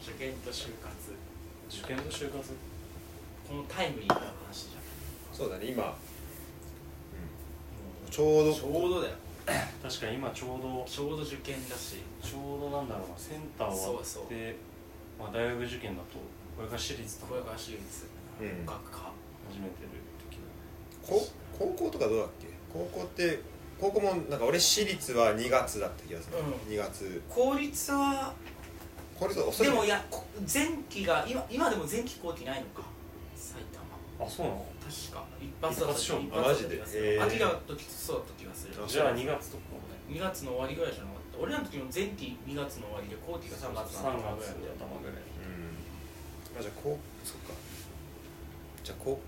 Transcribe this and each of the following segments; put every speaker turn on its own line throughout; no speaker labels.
受験と就活
受験と就活
このタイムリーな話じゃん
そうだね今、
もう
ちょうど
ちょうどだよ
確かに今ちょうど
ちょうど受験だし
ちょうどなんだろうなセンター終わって
そうそう
まあ、大学受験だと親が私立とか
声が手術
うん
学科
始めてる時
こ高校とかどうだっけ高校って高校もなんか俺私立は2月だった気がする、
う
2月
効率は
これと遅い
でもいやこ前期が今今でも前期後期ないのか埼玉
あそうなの
確か一発だった
一発勝負
一発だった気がする
あ
秋
マジでへー
だった時そうだった気がする
あ
じゃあ2月とか
2月の終わりぐらいじゃなかった俺らの時も前期2月の終わりで後期が3
3
月
月
の頭
頭
ぐらい
ぐらい
うんあじゃあ高そっかじゃあ高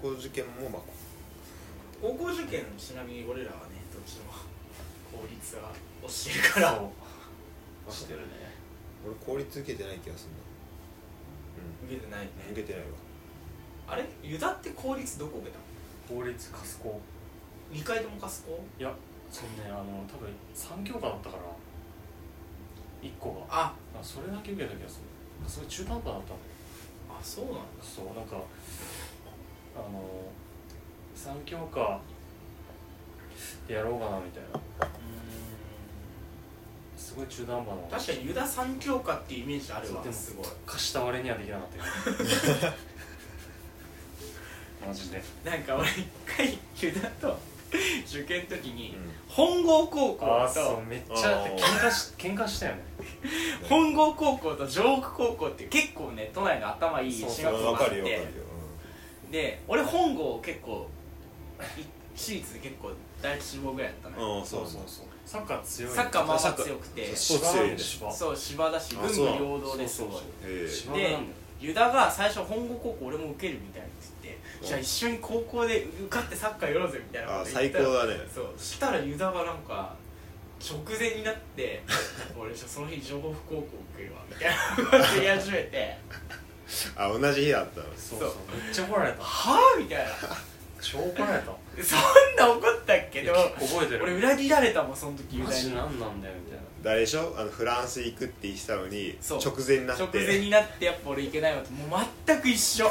高校受験もまあ
高校受験ちなみに俺らはねどっちも効率は教えから
そうしてるね
俺公立受けてない気がする
受けてないね
なうん受けてないわ
あれユダって公立どこ受けたの
公立カスコ
2回ともカスコ
いやそのねあの多分3教科だったから1個が
あ
あそれだけ受けた気がするそれ中途半端だったの
あそうなんだ
そうなんかあの3教科でやろうかなみたいなすごい中途半端な
確かにユダ三教科っていうイメージある
そうで
わ
も
すごい
貸した割にはできなかったよ マジで
なんか俺一回ユダと受験の時に
うん
本郷高
あ
校
あそ
と
うめっちゃ
あー
喧嘩し喧嘩したよね
本郷高校と上北高校って結構ね都内の頭いい進
そう
学校
そう
分
があ
か
っ
るよ分かるよ
て、で俺本郷結構い私立で結構第一志望ぐらいやったのよ
うん、うん、そうそう
そうサッカー強い
サッカーまあま
サ
あ
ッカー
強くて
そ
芝
う
なんだよ
ス
芝
そう芝だし
あ
文武
そうなの
両道ですごい
そうそう
へえ
芝なんだ
で
よ
ユダが最初本郷高校俺も受けるみたいに言って
うん
じゃあ一緒に高校で受かってサッカーやろうぜみたいなこ
あ
と言
最
った
高
ら
だね
そうしたらユダがなんか直前になって「俺その日情報高校受けるわ」みたいなこと言い始めて
あ同じ日だったの
そ
そ
うそううめっちゃ怒られ
「
た
はあ?」みたいな
超怒られた
そんな怒ったっけでも
覚えてる
俺裏切られたもんその時ユ
マ
ダ
ジ
に
何なんだよみたいな
誰でしょあのフランス行くって言ってたのに
そう
直前になって
直前になってやっぱ俺いけないわともう全く一 緒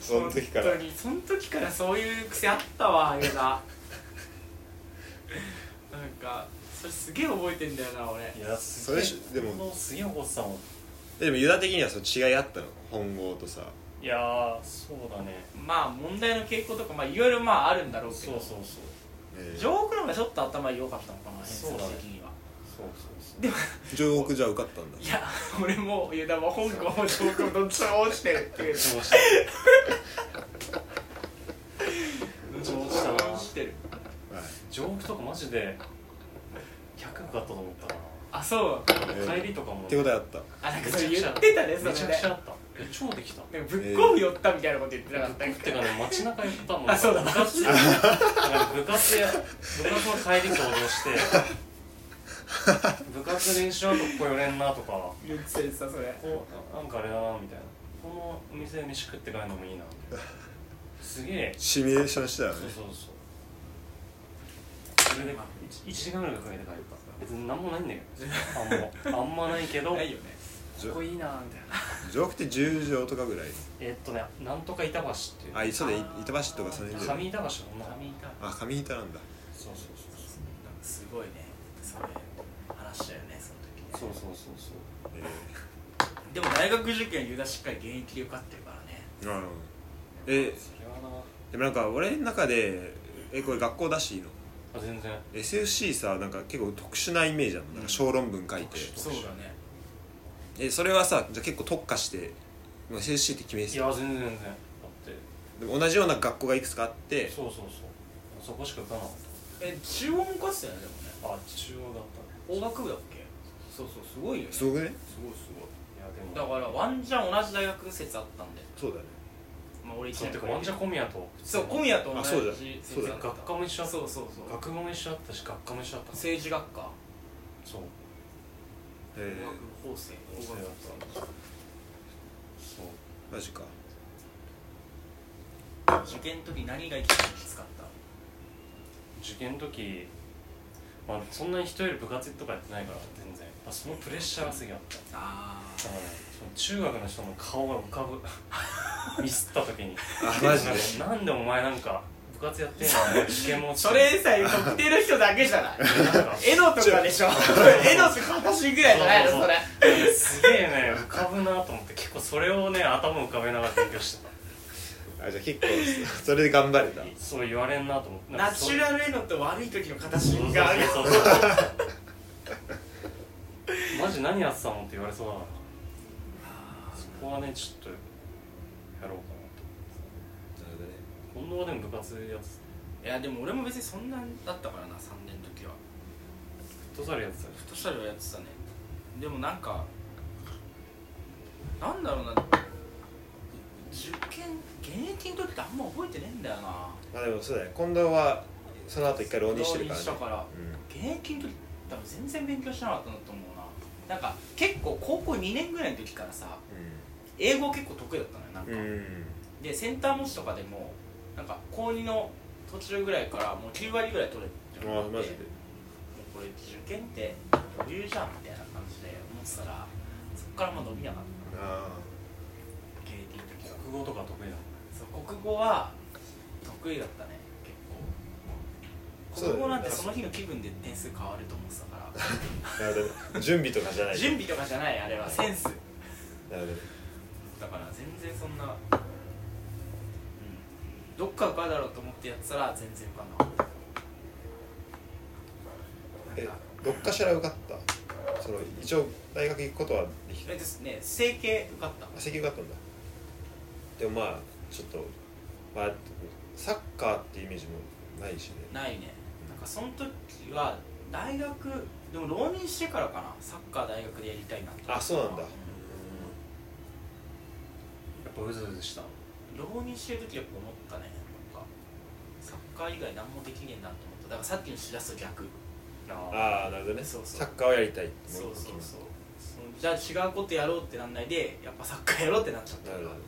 その時から
本当にその時からそういう癖あったわ ユダなんかそれすげえ覚えてんだよな俺
いや
そ
すげ
れ
え
しでも
すげえ怒ってたもん
でもユダ的にはその違いあったの本郷とさ
いやーそうだね
まあ問題の傾向とかまあいろいろまああるんだろうけ
そう
ど
そうそう
えー
ジョークの方がちょっと頭良かったのかな偏
そう
差
だね
値的には
そうそうそう
でも
上国じゃ受かったんだ
いや俺もユダは香港もジョークもどっちも落ちてるっていう
そうした
どっ
ちも落ちたな
落ちてる
はい
上空とかマジで100受かったと思ったか
あそう
え
な
ー
帰りとかも
手応えあった
あなんかそれ言ってたねそれ
めちゃくちゃあ
ね
ったえ超できた
でもぶっこぶ寄ったみたいなこと言ってなかったっ
っ
け
てかね街中行ったもん
あそうだ
部活なんか部活や部活の帰り行動して部活練習あとここ寄れんなとかこ
言ってた言ってたそれ
こなんかあれだなみたいなこのお店で飯食って帰るのもいいなみたい なすげえ
シミュレーションしたよ
そう
ね
そうそうそれで 1, 時間ぐらいかけて帰った別に何もないんだけどあんまあんまないけ どこ
ないよね
こいいなみたいな
上国って10畳とかぐらい
えっとねなんとか板橋っていう
あそうだい板橋とかその辺だよ
上板橋の
髪
女
痛い
あ上板なんだ
そうそうそうそう
なんかすごいねそれ話したよねその時
そう
ね
そうそうそう
え
でも大学受験ユダしっかり現役で受かってるからね
ーなるほどえ
それはな
でもなんか俺の中でえこれ学校出していいの
あ全然
SFC さなんか結構特殊なイメージなのなんか小論文書いて
そうだね
えそれはさじゃあ結構特化してもう SFC って決め
い
てた
や全然全然だって
でも同じような学校がいくつかあって
そうそうそうそこしか受かなかっ
え中央も受かってたよねでもね
たあ中央だった
法学部だっけそうそうすごいよね
すごくね
すごいすごい
ねいやでも
だからワンチャン同じ大学説あったんで
そうだね
まあ俺一
そう
年
てかワンチャ小宮と
そう小宮と同
あそうだ
じ
そう
説
だ
あった
学科も一緒だった
そうそうそう
学部も一緒だったし学科も一緒だったそう
政治学科
え
法学部法制法学部
法制だそう
マジ か
受験の時何が一番きつかった
受験の時まあそんなに人より部活とかやってないから全然あそのプレッシャーがすげえあった
ああ
その中学の人の顔が浮か ぶミスった時に
あマジで
なんかなんでお前なんか部活やってんのお前危険も
それさえ特定の人だけじゃないエノとかでしょエノとか私ぐらいじゃないのそれ
すげえね浮かぶなと思って結構それをね頭浮かべながら勉強してた
あじゃあ結構それで頑張れた
そう言われんなと思って
ナチュ
ル
ラルエノって悪い時の形
そう
が
そうそうそう マジ何やってたのって言われそうだなそこはねちょっとやろうかなと近藤はでも部活やってた
いやでも俺も別にそんなんだったからな3年の時は
フットサルやってたよ
フットサルはやってたねでもなんかなんだろうな受験現役の時ってあんま覚えてねえんだよな
まあでもそうだね近藤はその後一回浪人してるからね
浪人したから現役の時多分全然勉強してなかったんだと思うななんか結構高校2年ぐらいの時からさ英語結構得意だったのよなんか、
うんうん
でセンター模試とかでもなんか高2の途中ぐらいからもう9割ぐらい取れて
あマジで
もうこれ受験って余裕じゃんみたいな感じで思ってたらそこからまあ伸びなかった
あ
現役の時は
国語とか得意だ
そう国語は得意だったね結
そうだ
構国
よね
語なんてその日の気分で点数変わると思ってたか
あなるほど準備とか じゃな
ら
い
準備とかじゃないあれはセンス
なるほど
だから全然そんな、うん、どっか受かるだろうと思ってやってたら全然受かんなかった
え
なんか
どっかしら受かったその一応大学行くことはできた
えですね整形受かった
あ石油受かったんだでもまあちょっとまあサッカーってイメージもないしね
ないねなんかその時は大学でも浪人してからかなサッカー大学でやりたいなって
あそうなんだ
やっぱうずうずした
浪人してる時やっぱ思ったねなんかサッカー以外何もできねえなと思っただからさっきのしらすと逆
あ
ああなるほどね
そうそう
サッカーをやりたいって
そうそうそう
う
そのじゃあ違うことやろうってなんないでやっぱサッカーやろうってなっちゃった
な
か
る
ら
ほど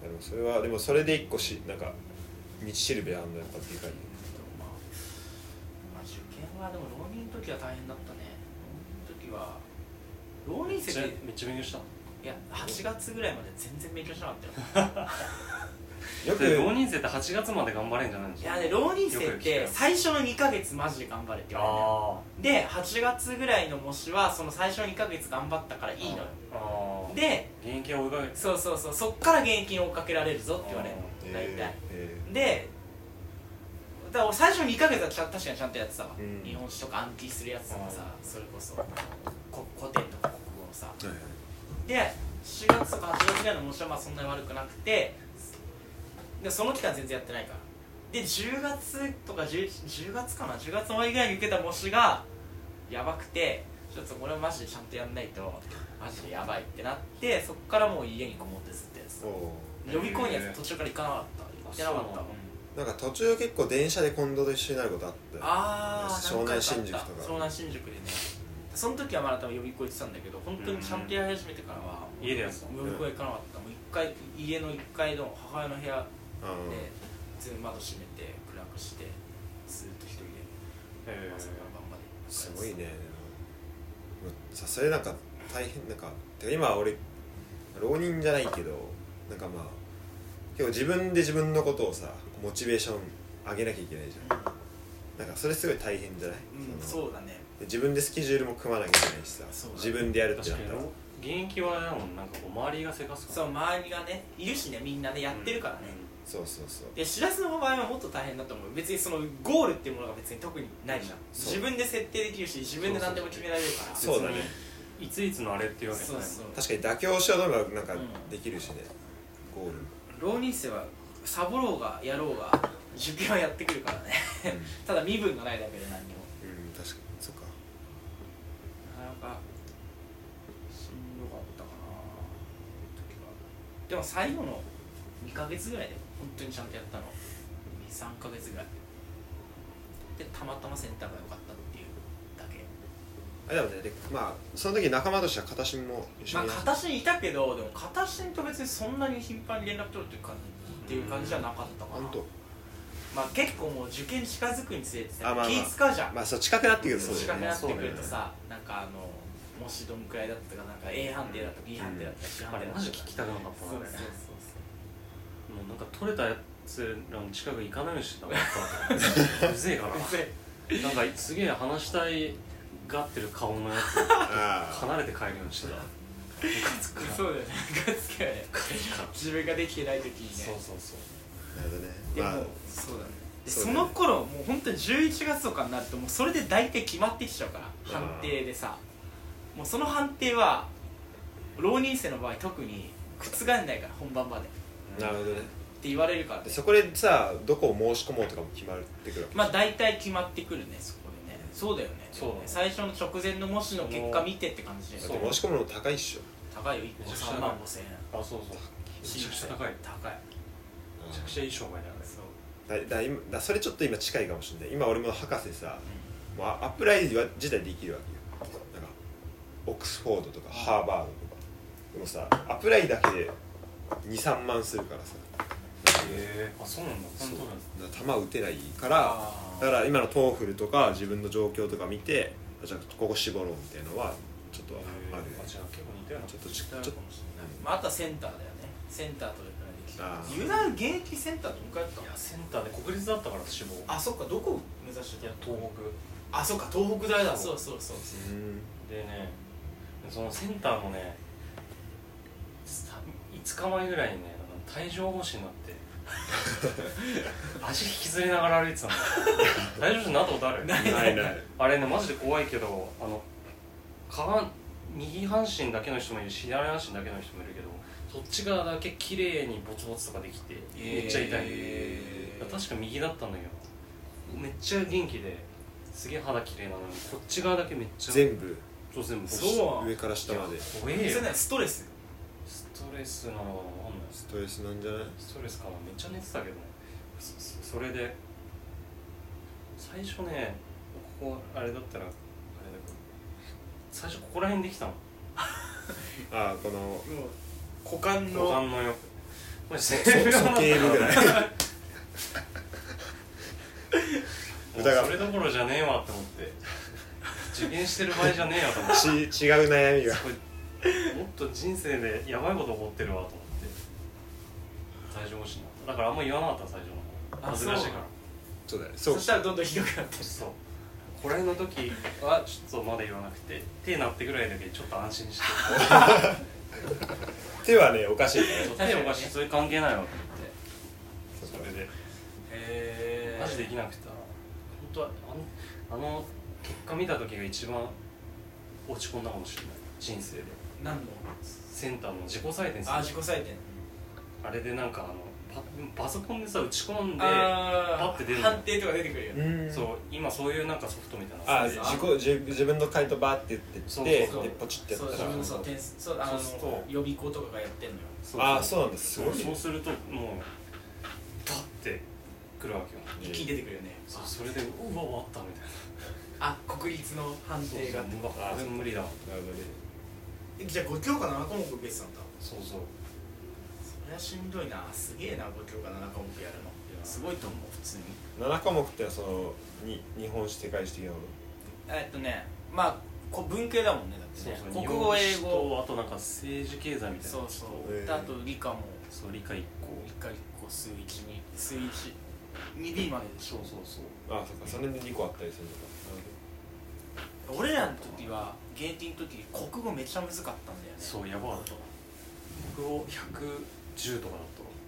でもそれはでもそれで一個しなんか道しるべあんのやっぱでかいよ
まあ、まあ、受験はでも浪人の時は大変だったね浪人の時は浪
めっ
人
ちゃ
生で
めっちゃ勉強した
いや8月ぐらいまで全然勉強しなかったよ
よく
で浪人生って8月まで頑張れんじゃないん
い
ですか
やね浪人生っ
よく聞く
て
よ
最初の2ヶ月マジで頑張れって言わ
あ
れてで8月ぐらいの模試はその最初の2ヶ月頑張ったからいいのよ
あああ
で
現役は追いかけて
そうそうそうそっから現役に追っかけられるぞって言われるの大
えー
体
え
でだから俺最初の2ヶ月はちゃん確かにちゃんとやってたわ、
うん
日本史とか暗記するやつとかさそれこそこ古典とか国語のさ
ーはいはい
で4月とか8月ぐらいの模試はまあそんなに悪くなくてでその期間全然やってないからで10月とか 10, 10月かな10月の終わりぐらいに受けた模試がやばくてちょっとこれマジでちゃんとやんないとマジでやばいってなってそっからもう家にこもってずっとやってた
お
へー
予備校には途中から行かなかった行ってなかった
あそう
ーなんか途中結構電車で近藤と一緒になることあったよ
ああ
湘南新宿とか
湘南新宿でねその時はまだ多分予備校行ってたんだけど本当にちゃんとやり始めてからは
うん家でやってた
予備校行かなかったもう一回家の1階の母親の部屋で
うん
全部窓閉めて暗くしてずっと一人で
え
朝から晩までなんかやってた
すごいねでもさそれなんか大変なんかてか今俺浪人じゃないけどなんかまあ結構自分で自分のことをさモチベーション上げなきゃいけないじゃんなんかそれすごい大変じゃない、
うん
その
そうだね
で自分でスケジュールも組まなきゃいけないしさ、
そうだね
自分でやるって
確
な
か
った
に
ら
浪現役はでもなんかこう周りがせかすから
そう周りがねいるしねみんなねやってるからね、
そうそうそう
でしらすの場合はもっと大変だと思う別にそのゴールっていうものが別に特にないじゃん
そう
自分で設定できるし自分で何でも決められるから
そうだね
別にいついつのあれっていうわけじゃ
そう
ない
そう
確かに妥協しようと思えばなんか
うん
できるしね、ゴールも
浪人生はサボろうがやろうが 受験はやってくるからね
うん、うん、
ただ身分がないだけで何にも
確かにそっか
なかなかしんどかったかな時はでも最後の2ヶ月ぐらいで本当にちゃんとやったの23ヶ月ぐらいでたまたまセンターが良かったっていうだけ
あでもねでまあその時仲間としては片心も一緒
まあ
にやっ
片足にいたけどでも片足にと別にそんなに頻繁に連絡取るっていう感じっていう感じじゃなかったか
ほ
なん
と
まあ結構もう受験近づくにつれてさ
あまあまあ
気使うじゃん
まあそう近くなってくると
そう
だよ
近く
ね
なってくるとさ、なんかあの星どんくらいだったとかなんか A 判定だとか B 判定だとか C
あ
判
れ
定だ
マ
と
ジ
か
聞きたくなかっ
そう
た
そ
な
う
あれ
そう
もうなんか取れたやつらの近く行かないようにしてたもんうぜえか
そうう
ら
ぜ
なんかすげえ話したいがってる顔のやつ
あ
離れて帰るようにしてたムカつく
え
な
そうだよねムカつくよね
ムカつくから
自分ができてない時にね
そうそうそう
あなるほどね
でも、
まあ
そうだねで
そう
そ
だね
の頃もう本当に11月とかになるともうそれで大体決まってきちゃうから
ん
判定でさもうその判定は浪人生の場合特に覆んないから本番までっ
なるほどね
て言われるからね
でそこでさどこを申し込もうとかも決まってくるわけ
まあ大体決まってくるねそこでねそうだよね
そうだね
最初の直前の模試の結果見てって感じで
だ
そ
っ
う
て申し込むの高いっしょ
高いよ1個
めちゃくちゃ
3万5千円
あそうそうめちゃくちゃ高いめ
高い
ちゃくちゃいい商売だよね
そう
だだ今だそれちょっと今近いかもしれない今俺も博士さ、もうアップライズは自体できるわけよなんかオックスフォードとかハーバードとかでもさアプライだけで23万するからさ
へえあそうなんだ
そ
本
う
当だ
だから球打てないから
あー
だから今のトーフルとか自分の状況とか見てあじゃあここ絞ろうみたいのはちょっとある
あじゃあ結構似たような
ちょっ
こと
ち
似たよう
ち
な
ょっ
かもしれない
まあ、あとはセンターだよねセンターとれくらいでき
あー
たユダ現役センターどんくらいだった
い
の
やセンターで国立だったから志望い
あそっかどこ目指して
や
た
東
あそっか東北大だ
そ
そううそうそうそう
うん
北でねそのセンターもねさ5日前ぐらいにねあの帯状疱疹になって 足引きずりながら歩いてたんだ帯状疱疹なったことある
ない
な いない
あれねマジで怖いけどあの下半右半身だけの人もいるし左半身だけの人もいるけどそっち側だけ綺麗にボツボツとかできてめっちゃ痛い、
えー
確か右だったんだけどめっちゃ元気ですげえ肌綺麗なのにこっち側だけめっちゃ
全部
そう全部
そう
上から下まで
怖えよ
それねストレス
ストレスなのかわかんない
ストレスなんじゃない
ストレスかなめっちゃ寝てたけどねそそそれで最初ねここあれだったらあれだけど最初ここら辺できたの
ああこの
もう股間
股
の
間のよマジ
そ鼠径部ぐらい
もう
疑う
それどころじゃねえわって思って受験してる場合じゃねえよと思って
ち違う悩みが
すごいもっと人生でやばいこと起こってるわと思って最初欲しいなだからあんま言わなかった最初の方
あ
恥ずかしいから
そうだねそ
そうしたらどんどんひどくなってる
そうこれの時はちょっとまだ言わなくて手なってぐらいだけちょっと安心して
手はねおかしいね
そう手おかしいそれ関係ないわと思って
そう
そ
だ
れ
ね
で
へ
マジできなくて本当はあのあの結果見た時が一番落ち込んだかもしれない人生で
何の
センターの自己採点する
あ自己採点
あれでなんかあのパパソコンでさ打ち込んで
あ
パッて出
ー
る
判定とか出てくるよね
うん
そう今そういうなんかソフトみたいな
あ
の
あ
さ
自己自自分の回答バーって言って
そう
って
そうそう
でポチってや
そう
った
自
ら
分のそう点数そうあ
そうすると
の予備校とかがやってんのよ
ああそうなんだす
そ
ごいうね
そうするともうパッてくるわけよ
一気に出てくるよね
そうそれでうわ終わったみたいな
あ国立の判定があって
うわあでも無理だ
なるほどね
えじゃあ5教科7項目受けてたんだ
そうそう
それはしんどいなすげえな5教科7項目やるの
や
すごいと思う普通に
7項目ってのはそのに日本史世界史的なもの
えっとねまあこ文系だもんねだって
そう
ね
そう
国語英
日本史
語
とあとなんか政治経済みたいな
そう
ちょ
そう、
えー
であと理科も
っとそう理解1個
一回一個数一に数一 2D まででし
そ
ょ
うそうそう
ああそっかそれで2個あったりするのか
俺らの時は芸人の時国語めっちゃむずかったんだよね
そうやばかった僕を110とか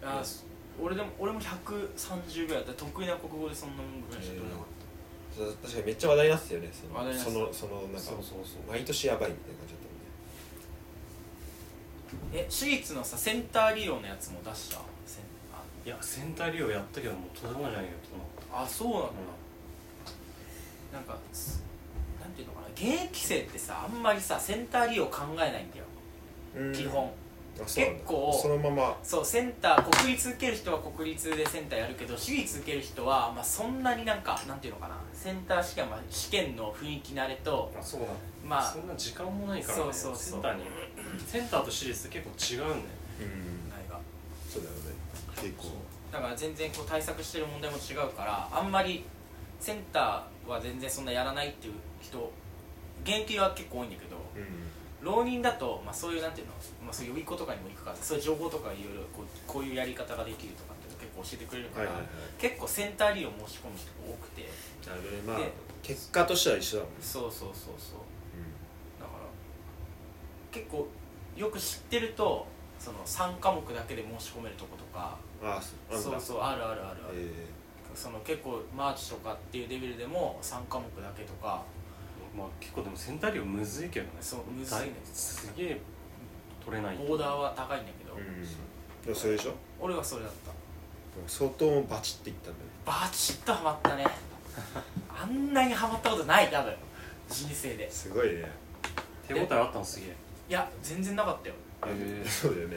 だった
あそ俺でも俺も130ぐらいだった得意な国語でそんなもんぐらいしか取れなかっ
なるほどそう確かにめっちゃ話題になってたよね
話
そ
題
の
になっ
そ
てた
のそのなんか
そうそうそう
毎年やばいみたいな感じだったもんね
た、え私立のさセンター理論のやつも出したセンあ
いやセンター利用やったけどもうとてもじゃないよと
あそうなの、
思った
なんかすなんていうのかな現役生ってさあんまりさセンター利用考えないんだよ、
うん
基本
あそうなんだ
結構
そのまま
そうセンター国立受ける人は国立でセンターやるけど私立受ける人は、まあ、そんなになんかなんていうのかなセンター試験は、まあ、試験の雰囲気慣れと
あそうだ
まあ
そんな時間もないから、ね、
そうそうそう
センターにセンターと私立って結構違うんだよね
うん
ないが
そうだよね結構
だから全然こう対策してる問題も違うからあんまりセンターは全然そんなやらないっていう人現役は結構多いんだけど
うん
浪人だと、まあ、そういうなんていうの、まあ、そういう予備校とかにも行くからそういう情報とかいろいろこうこういうやり方ができるとかっていうの結構教えてくれるか
はい
ら、
はいはい
結構センター利用申し込む人が多くて
なるほどねまあ
で
結果としては一緒だもんね
そうそうそうそうだから結構よく知ってるとその3科目だけで申し込めるとことか
うんああそうなん
そうそう
だ
あるあるあるある、
え
その結構マーチとかっていうレベルでも3科目だけとか
まあ結構でもセンター量むずいけどね
そうむずいね
すげえ取れない
ボーダーは高いんだけど、
えうんでもそれでしょ
俺はそれだった
相当バチっていったんだね
バチッとハマったね あんなにハマったことない多分人生です
ごいね
手応えあったのすげえ
いや全然なかったよ、
へえ
そうだよね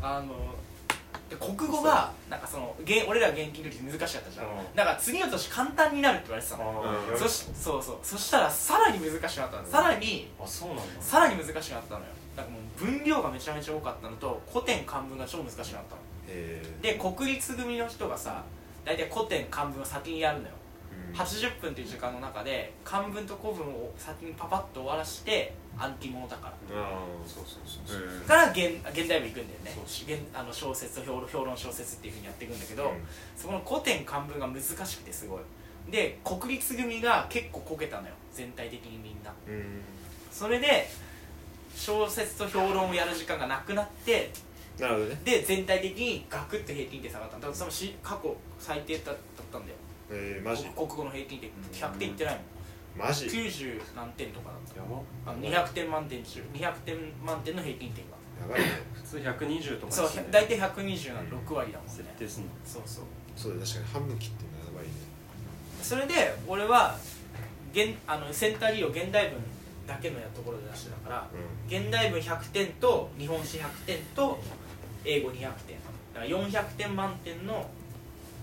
うん、あので国語がなんかそのげ俺ら現金の時難しかったじゃん
うん
だから次の年簡単になるって言われてたの
ー
うん
そしそうそうそしたらさらに難しくなったのさらに
あそうなんだ
さらに難しくなったのよなんかもう分量がめちゃめちゃ多かったのと古典漢文が超難しくなったの
ええ
で国立組の人がさ大体古典漢文を先にやるのよ
うん
80分という時間の中で漢文と古文を先にパパッと終わらして暗記物だから
ああ
そうそうそう
う
そうん
から現現代部行くんだよね
そう
現あの小説評論評論小説っていうふうにやっていくんだけど、
うん
そこの古典漢文が難しくてすごいで国立組が結構こけたのよ全体的にみんな
うん
それで小説と評論をやる時間がなくなって
なるほどね
で全体的にガクッと平均点下がっただからそのし過去最低だだったんだよ
ええマジ
国語の平均点100点いってないもん
マジ
90何点とかだった
やば
あの200点満点中200点満点の平均点が
やばいね
普通120とか
そう
ですね
大体120なんで6割だもんね
設定すんの
そうそう
そうだ確かに半分切ってんのやばいね
それで俺は現あのセンター利用現代文だけのやところで出してたから
うん
現代文100点と日本史100点と英語200点だから400点満点の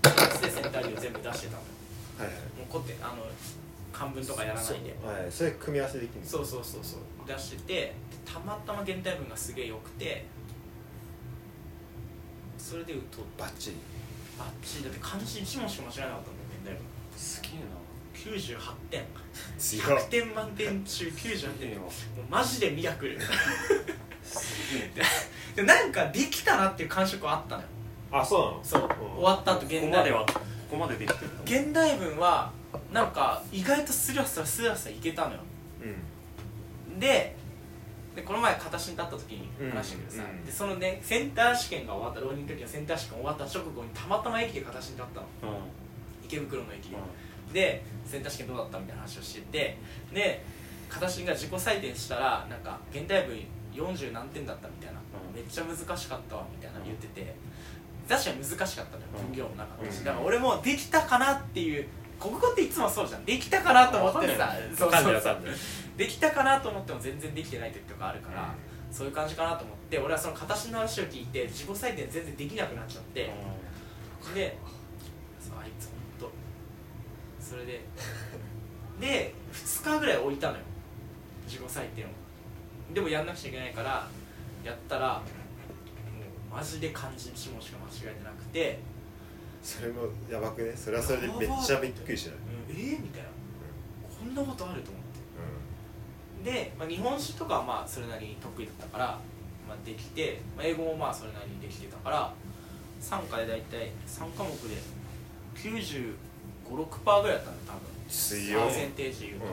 やつでセンター利用全部出してたのも
はいはいう
こってあの漢文とかやらないで
はいそれ組み合わせできるの
そうそうそうそう出しててたまたま現代文がすげえ良くてそれでうと
バッチリ
バッチリだって漢字1問しか間違えなかったんだよ現代文
すげえ
98点
強
100点満点中98
な
点
い
も
や
うマジでミラクル
すげえ
でなんかできたなっていう感触はあったのよ
あそうなの
そう終わった後
ここ
現
ま
代
で
文
はここまでできてるの
現代文はなんか意外とスラスラスラスラいけたのよ
うん
ででこの前形に立った時に話したけどさ、
うんうん
でそのねセンター試験が終わった浪人の時のセンター試験終わった直後にたまたま駅で形に立ったの
うんうん
池袋の駅で、でセンター試験どうだったみたいな話をしててで形が自己採点したらなんか現代文40何点だったみたいな、
うん
めっちゃ難しかったわみたいな言ってて確かに難しかったのよ
うん
分量もなかったし、
うん
だから俺もできたかなっていう国語っていつもそうじゃんできたかなと思って
わ
さ
かんない
そう
噛ん
そ
で
う
る
そ
噛
うん
でる
できたかなと思っても全然できてない時とかあるから、
うん
そういう感じかなと思って俺はその形の話を聞いて自己採点全然できなくなっちゃって、でそうあいつほんとそれでで2日ぐらい置いたのよ自己採点をでもやんなくちゃいけないからやったらもうマジで漢字1問しか間違えてなくて
それもやばくねそれはそれでめっちゃびっくりしない
「うん、えー、みたいなこんなことあると思って
う
で、まあ、日本史とかはまあそれなりに得意だったから、まあ、できて、まあ、英語もまあそれなりにできてたから3回大体3科目で956%ぐらいだったんだ多分
ん強
パ
い
ーセンテージ言うと、
う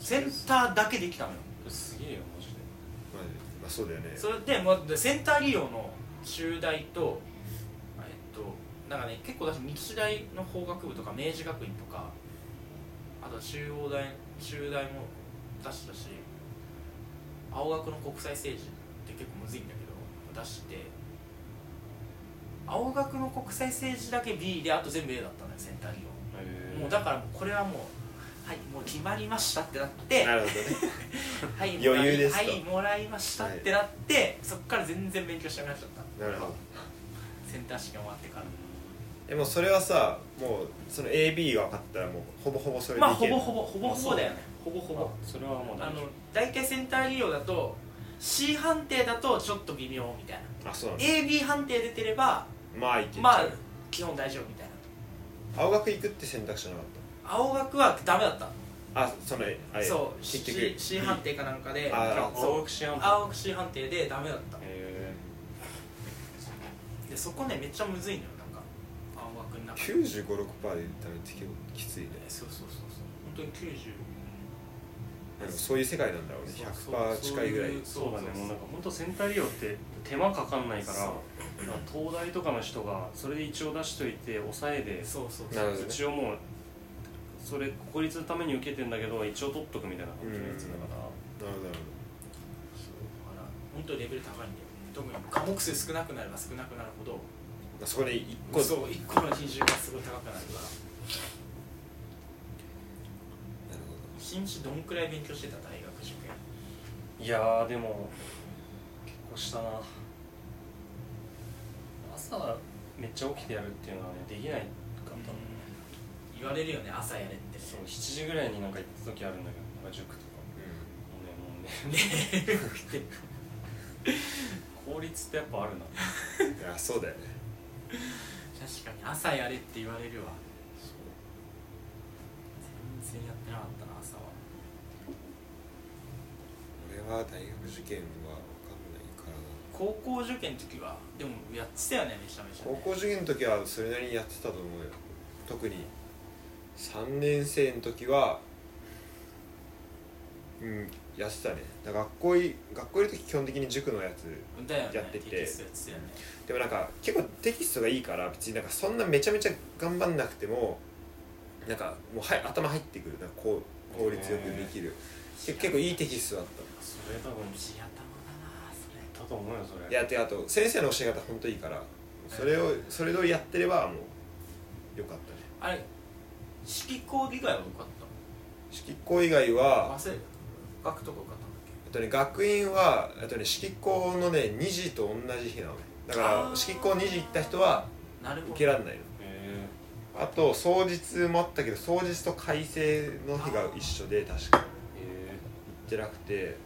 センターだけできたのよ
うんすげえよマジで
んマジでまあそうだよね
それで、まあ、でセンター利用の中大とえっとなんかね結構私日大の法学部とか明治学院とかあと中央大中大も出したし青学の国際政治って結構むずいんだけど出して青学の国際政治だけ B であと全部 A だったのよセンター利用もうだからもうこれはもうはいもう決まりましたってなって
なるほどね
はい、
余裕です
は
と
い、もらいましたってなって、そっから全然勉強しなくなっちゃった
なるほど
センター試験終わってから
でもそれはさもうその AB が分かったらもうほぼほぼそれで
まあ
い
ほ
ける
ぼほぼほぼほぼだよねほぼほぼ
あそれはもう
あ
大丈
の
夫
大体センター利用だと C 判定だとちょっと微妙みたいな
あそうなんだ
AB 判定出てれば
まあいける
まあ基本大丈夫みたいな
青学行くって選択肢なかっ
青学はダメだった
あそのあれ
そう C,
結局
C 判定かなんかで
あ
そう
青くしやん
青く C 判定でダメだった
え
でそこねめっちゃむずいのよなんか青学の中で
9 5 6パーで食べて結構きついね
そうそうそうそう本当に90
でもそういう世界なんだろうね100パー近いぐらい
そう
ーそうだねもうなんか本当センター利用って手間かかんないから
そう
なんか東大とかの人がそれで一応出しといて抑えで
そうそう
なるほどね
一応もうそれ国立のために受けてんだけど一応取っとくみたいな感じのやつだから
なるほどなる
だから本当にレベル高いんだよ特に科目数少なくなれば少なくなるほど
ほどそこで一個
そ
なる
う1個の比重がすごい高くなるから一日どんくらい勉強してた大学受験
いやーでも結構したな朝めっちゃ起きてやるっていうのはねできないかったの、
言われるよね朝やれって
そう7時ぐらいになんか行った時あるんだけどなんか塾とか
ほ
もうねもうね
ね
効率ってやっぱあるな
どうんいやそうだよね
確かに朝やれって言われるわ全然やってなかったな朝は
俺は大学受験は分かんないからな
高校受験の時はでもやってたよねめちゃめちゃ、
高
ね、
校受験の時はそれなりにやってたと思うよ特に3年生の時はうんやってたねだから学校い学校いる時基本的に塾のやつ
だよね
やってて
テキストやってたよね
でもなんか結構テキストがいいから別になんかそんなめちゃめちゃ頑張んなくてもなんかもうはい頭入ってくるなんかこう効率よくできるけ結構いいテキストだっ
それ多分知っ
地頭だなそれ
たと思うよそ
た
れ
いやであと先生の教え方本当いいからそれをそれ通りやってればもうよかったね
あれ指揮講以外は受かった
指揮校以外は
忘れ学とか受かったんだっ
えっとね、学院は、えっとね、指揮校のね2時と同じ日なのねだから
あー
指揮校2時行った人は
けなるほど
受けられない
え
のあと双日もあったけど双日と改正の日が一緒で確か行
ー、え
ってなくてで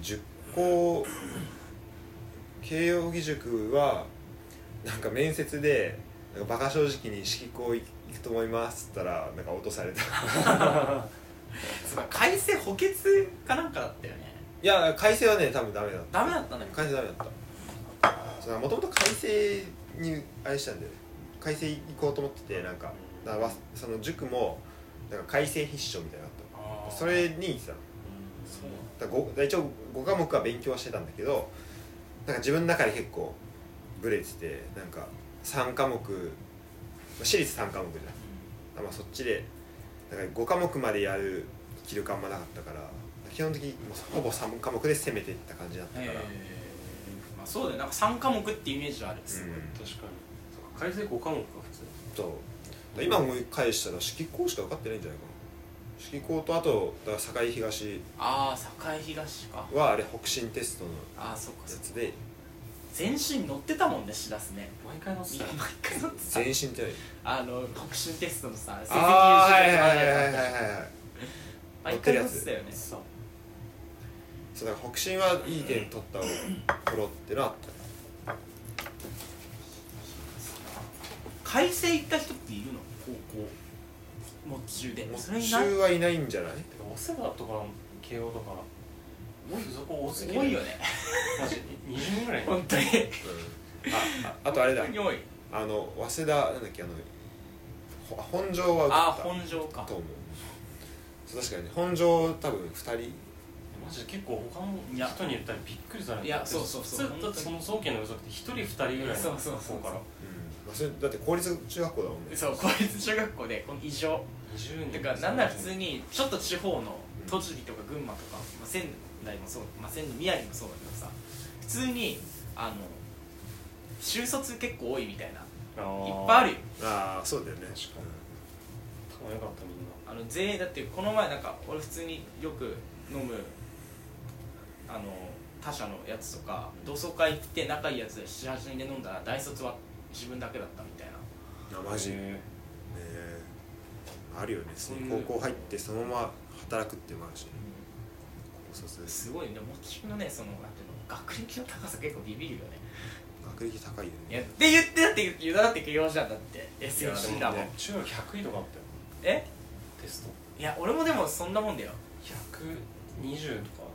10校慶應義塾はなんか面接でなんかバカ正直に指揮校行くと思いますっつったらなんか落とさ れたい
そうか改正補欠かなんかだったよね
や改正はね多分ダメだった
ダメだったんだよ
改正ダメだったもともと改正にあれしたんだよね改正行こうと思っててなんかだからわその塾もなんか改正必勝みたいなのあったのそれに行ってたの
そう
だからごだから一応5科目は勉強はしてたんだけどなんか自分の中で結構ブレててなんか3科目、まあ、私立3科目じゃんだからまあそっちでだから5科目までやる気力あんまなかったから基本的にもうほぼ3科目で攻めていった感じだったから、
えまあ、そうだよなんか3科目ってイメージはあるすごい、
うん
確かにそっか改正5科目か普通
そう今思い返したら指揮校しか受かってないんじゃないかな指揮校とあとだから境東
ああ栄東か
はあれ北進テストの
ああそっかそ
や
っか
つで
全身乗ってたもんねしらすね
毎回の
毎
さ
回乗ってた
全身ってない
あの特進テストのさ成績
あーはい
優
はいはいはいはい
秀
はい
毎回乗ってたよね
さ
そうだから北進はいい点取ったを取ろうってのはあっ
改正行った人っているの高校もう中でそ
た
れ
もう
にない
中はいないんじゃない
早稲田とか慶応とか多いそこ多すぎる
多いよね
マジ20人ぐらい
本当に
あああとあれだ
本当に多い
あの早稲田なんだっけあのほ本庄は受
ああ
かっ
本庄
た
か
と思うそう確かにね本庄多分2人
マジで結構他の人に言ったらびっくりされる
いやそうそうそう
普通だってその早期の予測って1人2人ぐらいの
そうそうそう
子から
うんまあ、それだって公立中学校だもんね
そう公立中学校でこの異常
20
て
人
かなんなら普通にちょっと地方の栃木とか群馬とか、まあ、仙台もそう、まあ、仙台宮城もそうだけどさ普通にあの就卒結構多いみたいないっ
あー
ぱいあるよ
ああそうだよね
確かに多分よかったみんな
あの全員だってこの前なんか俺普通によく飲むあの他社のやつとか同窓会行って仲いいやつ78人で飲んだら大卒は自分だけだったみたいな
あマジ、ね
え
えあるよねそ
そうい
の
う
高校入ってそのまま働くっていうのもあるしね高卒です
すごいねもちのねそのなんていうの学歴の高さ結構ビビるよね
学歴高いよ
いや
ね
って言ってだってユダだって慶応じゃんだって
いやで
SFC だ
も
もん
ね中学100位とかあったよ
え
テスト
いや俺もでもそんなもんだよ
120とか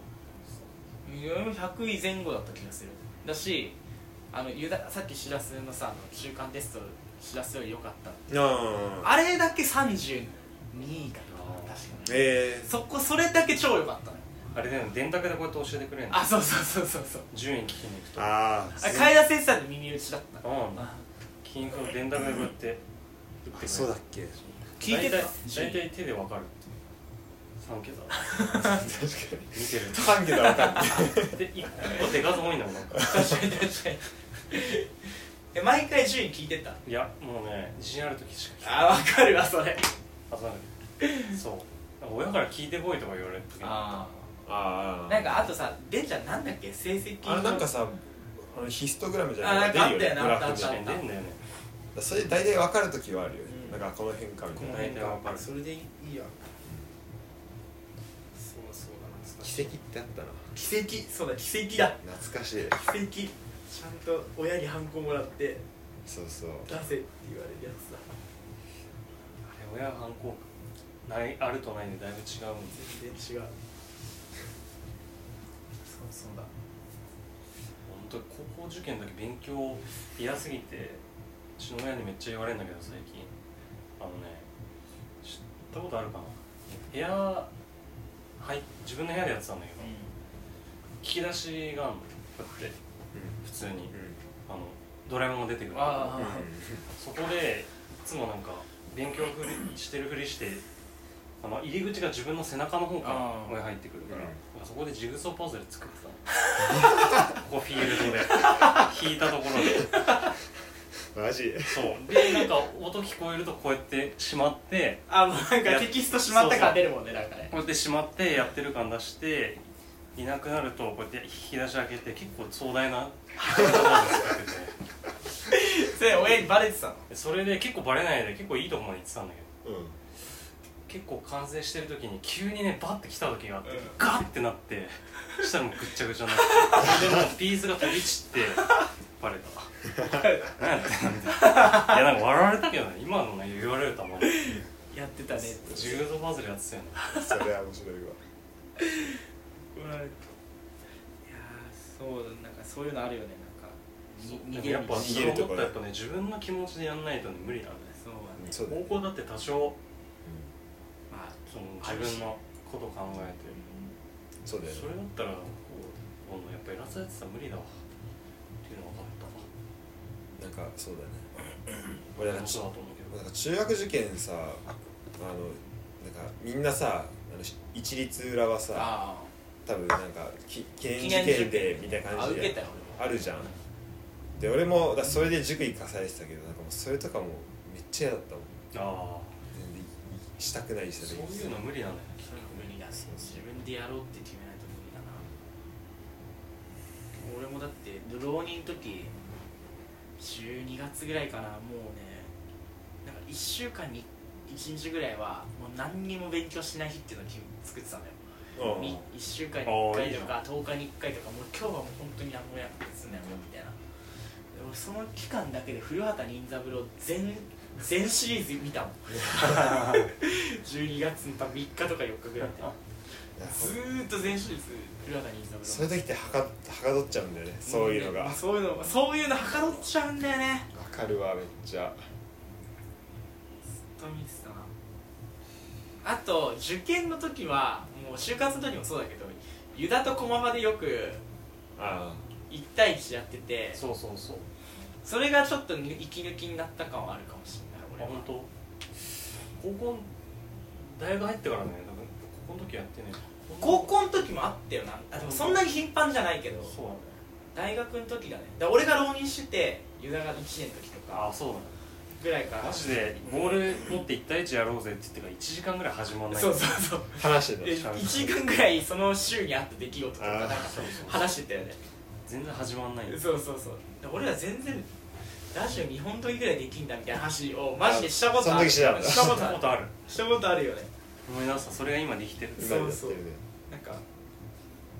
俺も100位前後だった気がするだしあのユダさっきしらすのさあの中間テストしらすより良かったって
ああ
あれだけ32位かな確
あー
かに
え
そこそれだけ超良かったのよ
あれだよね電卓でこうやって教えてくれるの
あそうそうそうそうそう
順位聞きに行く
ー、
と
あ
あ
あ
海田先生の耳打ちだった
うん筋肉を電卓でこうやって打ってくれる
そうだっけ
聞いてた
大体大体手でわかる3桁
確かに
見てる
関係だ分かって
とで1個手数多いんだもんなんか
確かに確かにえ毎回順位聞いてた
いやもうね自信ある時しか聞かない
あ分かるわそれ
あとなんかそうなんか親から聞いてこいとか言われる時
あ
あ
あ
あ
なんかあとさデンちゃんなんだっけ成績
あれなんかさあのヒストグラムじゃ
あ
な
ないんかあ
か
っ
出
た
る
よな
よねグラフ
あった
とか
確かに出んだよね
それ大体分かる時はあるよね、
うん
なんかこの辺かみたい
大体
な
わかる
それでいいやそうそうだな
奇跡ってあったな
奇跡そうだ奇跡だ
懐かしい
奇跡ちゃんと親にハンコもらって
そうそう
出せって言われるやつだ
あれ親反抗ないあるとないでだいぶ違うんで
全然違うそうそうだ
本当に高校受験だけ勉強嫌すぎてうちの親にめっちゃ言われるんだけど最近あのね知ったことあるかな部屋はい自分の部屋でやってたんだけど引き出しがあんのこうやって
う
普通に
んうん
あのドラえもんが出てくるんだけど
あー
そこでいつもなんか勉強ふりしてるふりしてあの入り口が自分の背中の方か
あー
ら親入ってくるから、
う
そこでジグソーパズル作って たのここフィールドで引いたところで
うんマジ
そうでなんか音聞こえるとこうやってしまって
あもうなんかテキストしまったから出るもんねなんかね
こうやってしまってやってる感出していなくなるとこうやって引き出し開けて結構壮大なジグソーパズル作ってて
それ親にバレてたの
でそれで結構バレないで結構いいとこまで行ってたんだけど
うん
結構完成してる時に急にねバッて来た時があって、
うん
ガッてなってしたらもうぐっちゃぐちゃになってそれでもうピースが飛び散ってバレた何やってんだいやなんか笑われたけどね今のね言われると思う
やってたね
ジグソーパズルやってたよね
それは面白いわ
いやーそうなんかそういうのあるよねなんかに逃げ
や
る
っ
道
ぱ
そ
逃
そ
げ
う
る
思った
とこね
らやっぱね自分の気持ちでやんないとね無理なんだよ
うだね
そうだ
高
ね
校だって多少
うん
まあ
その自分のこと考えて
そうだよね
それだったらこうこのやっぱ偉そうやってたら無理だわっていうのが分かっ
なんかそうだね
たわ
俺なん
本
か
当だと思うけど
なんか中学受験さあのなんかみんなさあの一律裏はさ
ああ
多分なんかき記念受験でみたいな
あ
感じ
受け
で
たよ
あるじゃんで俺もだからそれで塾行かされてたけどなんかもうそれとかもめっちゃ嫌だったもん
ああ
全然したくないし
そ
た
う
くない
いうの無理なんだよ
そういうの無理だし自分でやろうって決めないと無理だな俺もだって浪人の時12月ぐらいかなもうねなんか1週間に1日ぐらいはもう何にも勉強しない日っていうのを決め作ってたんだよ
うん
1週間に
あ
1
あ
回
いいじ
と
ゃん
か10日に1回とかもう今日はもう本当に何もやってすんなよみたいなで俺その期間だけで古畑任三郎全全シリーズ見たもん12月の多分3日とか4日ぐらいで
いや
ずーっと全シリーズ古畑任
そう
三
いう時ってはかはかどっちゃうんだよねそういうのが
郎
わ
そういうのそういうのはかどっちゃうんだよね
かるわめっちゃ
ずっと見てたなあと受験の時はもう就活の時もそうだけど湯田と駒場でよく
あ
1対1やってて
そうそうそう
それがちょっと息抜きになった感はあるかもしれない俺
本
は
当高校大学入ってからね多分高校の時やってね
高校の時もあったよなあでもそんなに頻繁じゃないけど
そう
大学の時がねだから俺が浪人しててユダが1年の時と
だねあ
か
あそうだね
ぐらいから
マジでボール持って1対1やろうぜって言ってから1時間ぐらい始まんない
そうそうそう
あ話して
1
しゃべる
時間ぐらいその週にあった出来事とかなんか
あ
そうそう
話してたよね
全然始まんないんです
そうそうそうだから俺ら全然ラジオ2本撮りぐらいできんだみたいな話をマジでしたことある
あその時
し
した
こ
たこと
ある
とある
したことあるよね
思い出したそれが今できてる
た
そう
今やってるね
なんか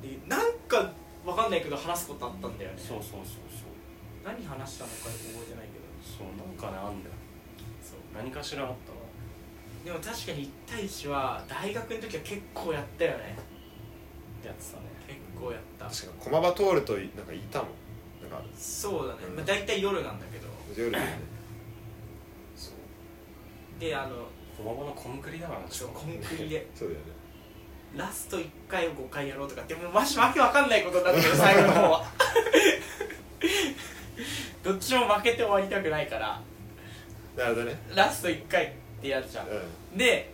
でなんかわかんないけど話すことあったんだよね
そうそうそうそう
何話したのか覚えてないけど
そうなんかねあんだよ
そう
何かしらあったわ
でも確かに1対1は大学の時は結構やったよね
やってたね
結構やった
確か駒場通るとなんかいたもんなんか
そうだね、
うん
まあ、大体夜なんだけど
夜ね
そう
であの
駒場のコンクリだからね
そうコンクリで
そうだよね
ラスト1回を5回やろうとかってもうマジわけわかんないことになってる最後の 方はどっちも負けて終わりたくないから
なるほどね
ラスト1回ってやるじゃん
う
で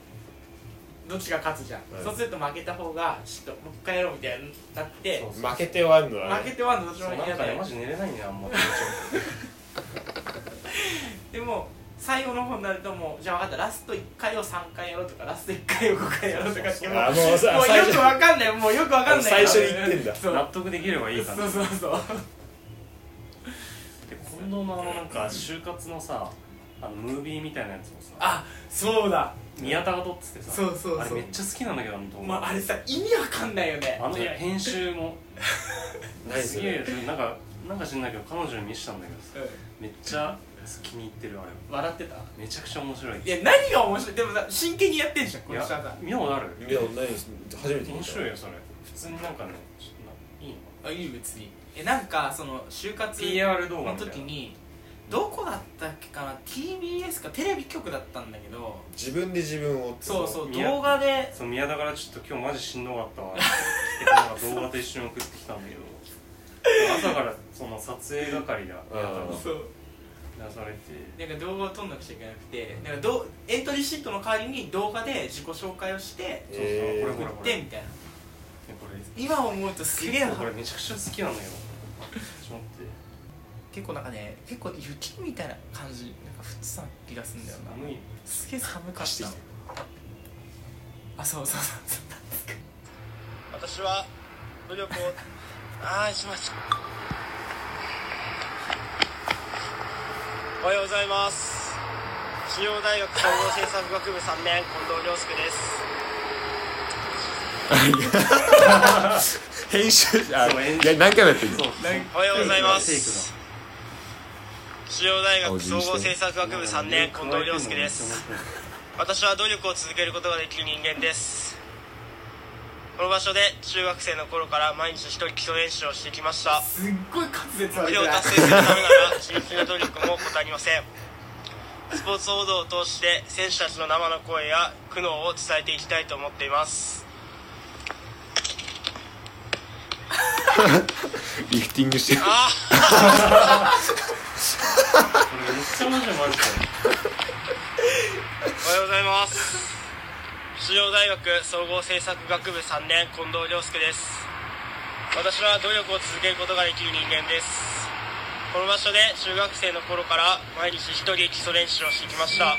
どっちが勝つじゃん、
うん
そうすると負けた方がちょっともう一回やろうみたいになって
そうそ
ん負けて終わるのは
負けてはどっち
そう
も
な
嫌
んか
だ
ね
よ
マジ寝れないねあん ま
でも最後の方になるともうじゃあ分かったラスト1回を3回やろうとかラスト1回を5回やろうとかって
そうそうそう
もう
あもうさ
もう
最
よ
初
くわかんない もうよくわかんないから
最初に言ってんだ
そう
納得できればいいかな
そうそうそう
で近藤のあのなんか就活のさあのムービーみたいなやつもさ
あそうだ
宮田が撮っててさ
そうそうそう
あれめっちゃ好きなんだけどあの動
ま
画、
あ、あれさ意味わかんないよね
あのいや編集も
何
す
そ
げ
れ
えなんかなんか知んないけど彼女に見せたんだけどさ
うん
めっちゃ気に入ってるあれ
笑ってた
めちゃくちゃ面白い
いや何が面白いでもさ真剣にやってんじゃんこの人はさ
見たことある
いやない初めて聞いた
面白いよそれ普通になんかねちょっとないいの
あいいよ別にえなんかその就活
PR 動画
の
みたいな
時にどこだったっけかな TBS かテレビ局だったんだけど
自分で自分をって
そうそう
宮
動画で
その宮田からちょっと今日マジしんどかったわ って言ってなんか動画と一緒に送ってきたんだけど朝からその撮影係だ宮田が
うん
そう
出されて
なんか動画を撮んなくちゃいけなくてなんかどうエントリーシートの代わりに動画で自己紹介をして
そうそうこ
送
れこれ
っ
これ
てみたいな
ねこれ
今思うとすげえ
結
な
構これめちゃくちゃ好きなんだけどちょっと待って
結構なんかね結構雪みたいな感じなんか降ってた気がするんだよな
寒い
すげえ寒かっ
して
た
き
の
た
あそうそうそうそう
私は努力をああしましたおはようございます中央大学総合政策学部3年近藤亮介です
そう
編集あ
編
い
集
や何回もやってる
そう
おはようございます
テイクだ
中央大学総合政策学部3年近藤亮介です私は努力を続けることができる人間ですこの場所で中学生の頃から毎日一人基礎練習をしてきました
すっごい滑舌悪
目
いな
標を達成するためなら地道な努力も怠りませんスポーツ報道を通して選手たちの生の声や苦悩を伝えていきたいと思っています
リフティングしてる
あ
これめっちゃ面白いマジで
おはようございます中央大学総合政策学部3年近藤亮介です私は努力を続けることができる人間ですこの場所で中学生の頃から毎日一人基礎練習をしてきました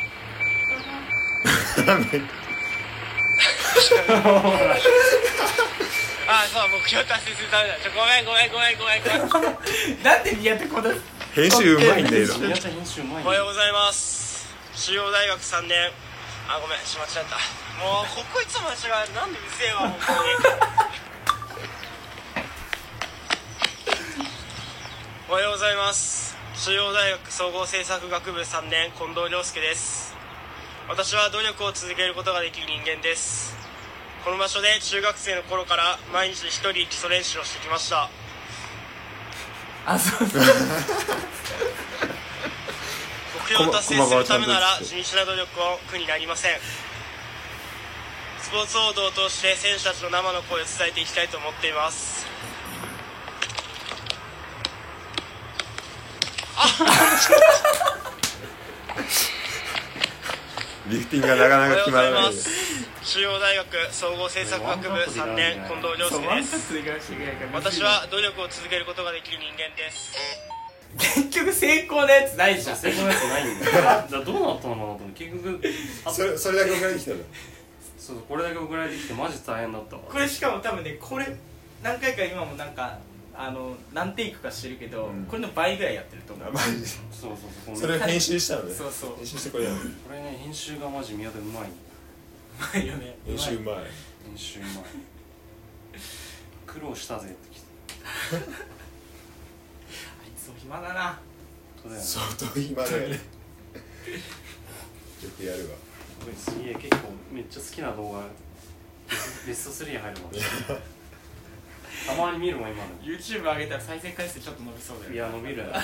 あそう目標達成するためだちょごめんごめんごめんごめんごめん
なんで宮田こんな
編集うまいんだよ
宮田編集うまい
おはようございます中央大学3年あごめんしまっちゃったもうここいつも間違えるなんでうるせえわ本当におはよう ございます中央大学総合政策学部3年近藤亮介です私は努力を続けることができる人間ですこの場所で中学生の頃から毎日一人基礎練習をしてきました
あそうそう
目標を達成するためなら地道な努力を苦になりませんスポーツ報道を通して選手たちの生の声を伝えていきたいと思っています
リフティングがなか
おは
なか
よう
決
ご
ま
ざ
ら
い
ない
ま
ね
す中央大学総合政策学部3年近藤亮
そう
介
ワン
で
カッ
す
トでいかなくちゃいけないから
私は努力を続けることができる人間です
結局成功なやつないじゃん
成功のやつないんだよ だからどうなったのかなと思って結局あ
それそれだけ送られてきたの
そうこれだけ送られてきてマジ大変だったわ
これしかも多分ねこれ何回か今もなんかあの何テイクかしてるけど、
うん
これの倍ぐらいやってると思う
マジで
そうそうそうこの
それを編集したのね
そうそう
編集してこれなの
これね編集がマジ宮田うまいんだよ
うまいよね
編集うまい
編集う まい苦労したぜってき
あいつも暇だな
とだよね
相当暇だよねよくやるわ
ごいすげえ結構めっちゃ好きな動画ベスベスト3入るわたまに見るもん今
YouTube 上げたら再生回数ちょっと伸びそうだよ
の
ね
いや伸びる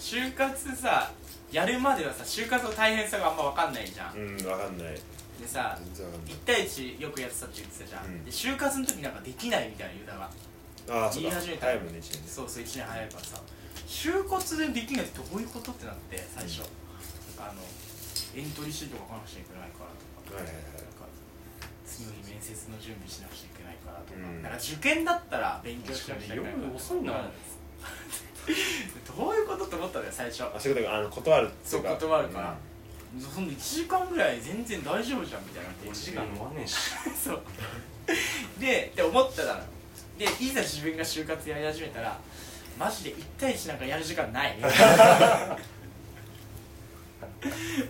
そう就活さやるまではさ就活の大変さがあんま分かんないじゃん
うん分かんない
でさ
全然分かんない
1対1よくやってたって言ってたじゃん、
うん
で就活の時なんかできないみたいなユダが
ああそう
言い
だ
始めた
早いもんね一年で
そうそう1年早いからさ就活でできないってどういうことってなって最初、あのエントリーシート書かなくちゃいけないからとか,、
はいはいはい
なんか次の日面接の準備しなくちゃいけないからとか、
うん
なんか受験だったら勉強しなくちゃいけないから
夜遅いな
うんどういうことって思ったんだよ最初
あそういうことかあの断るって
そ
いううか
断るから、その1時間ぐらい全然大丈夫じゃんみたいな
1時
時
間
間
飲まねえし
そうでで思ったらでいざ自分が就活やり始めたらマジで1対1なんかやる時間ない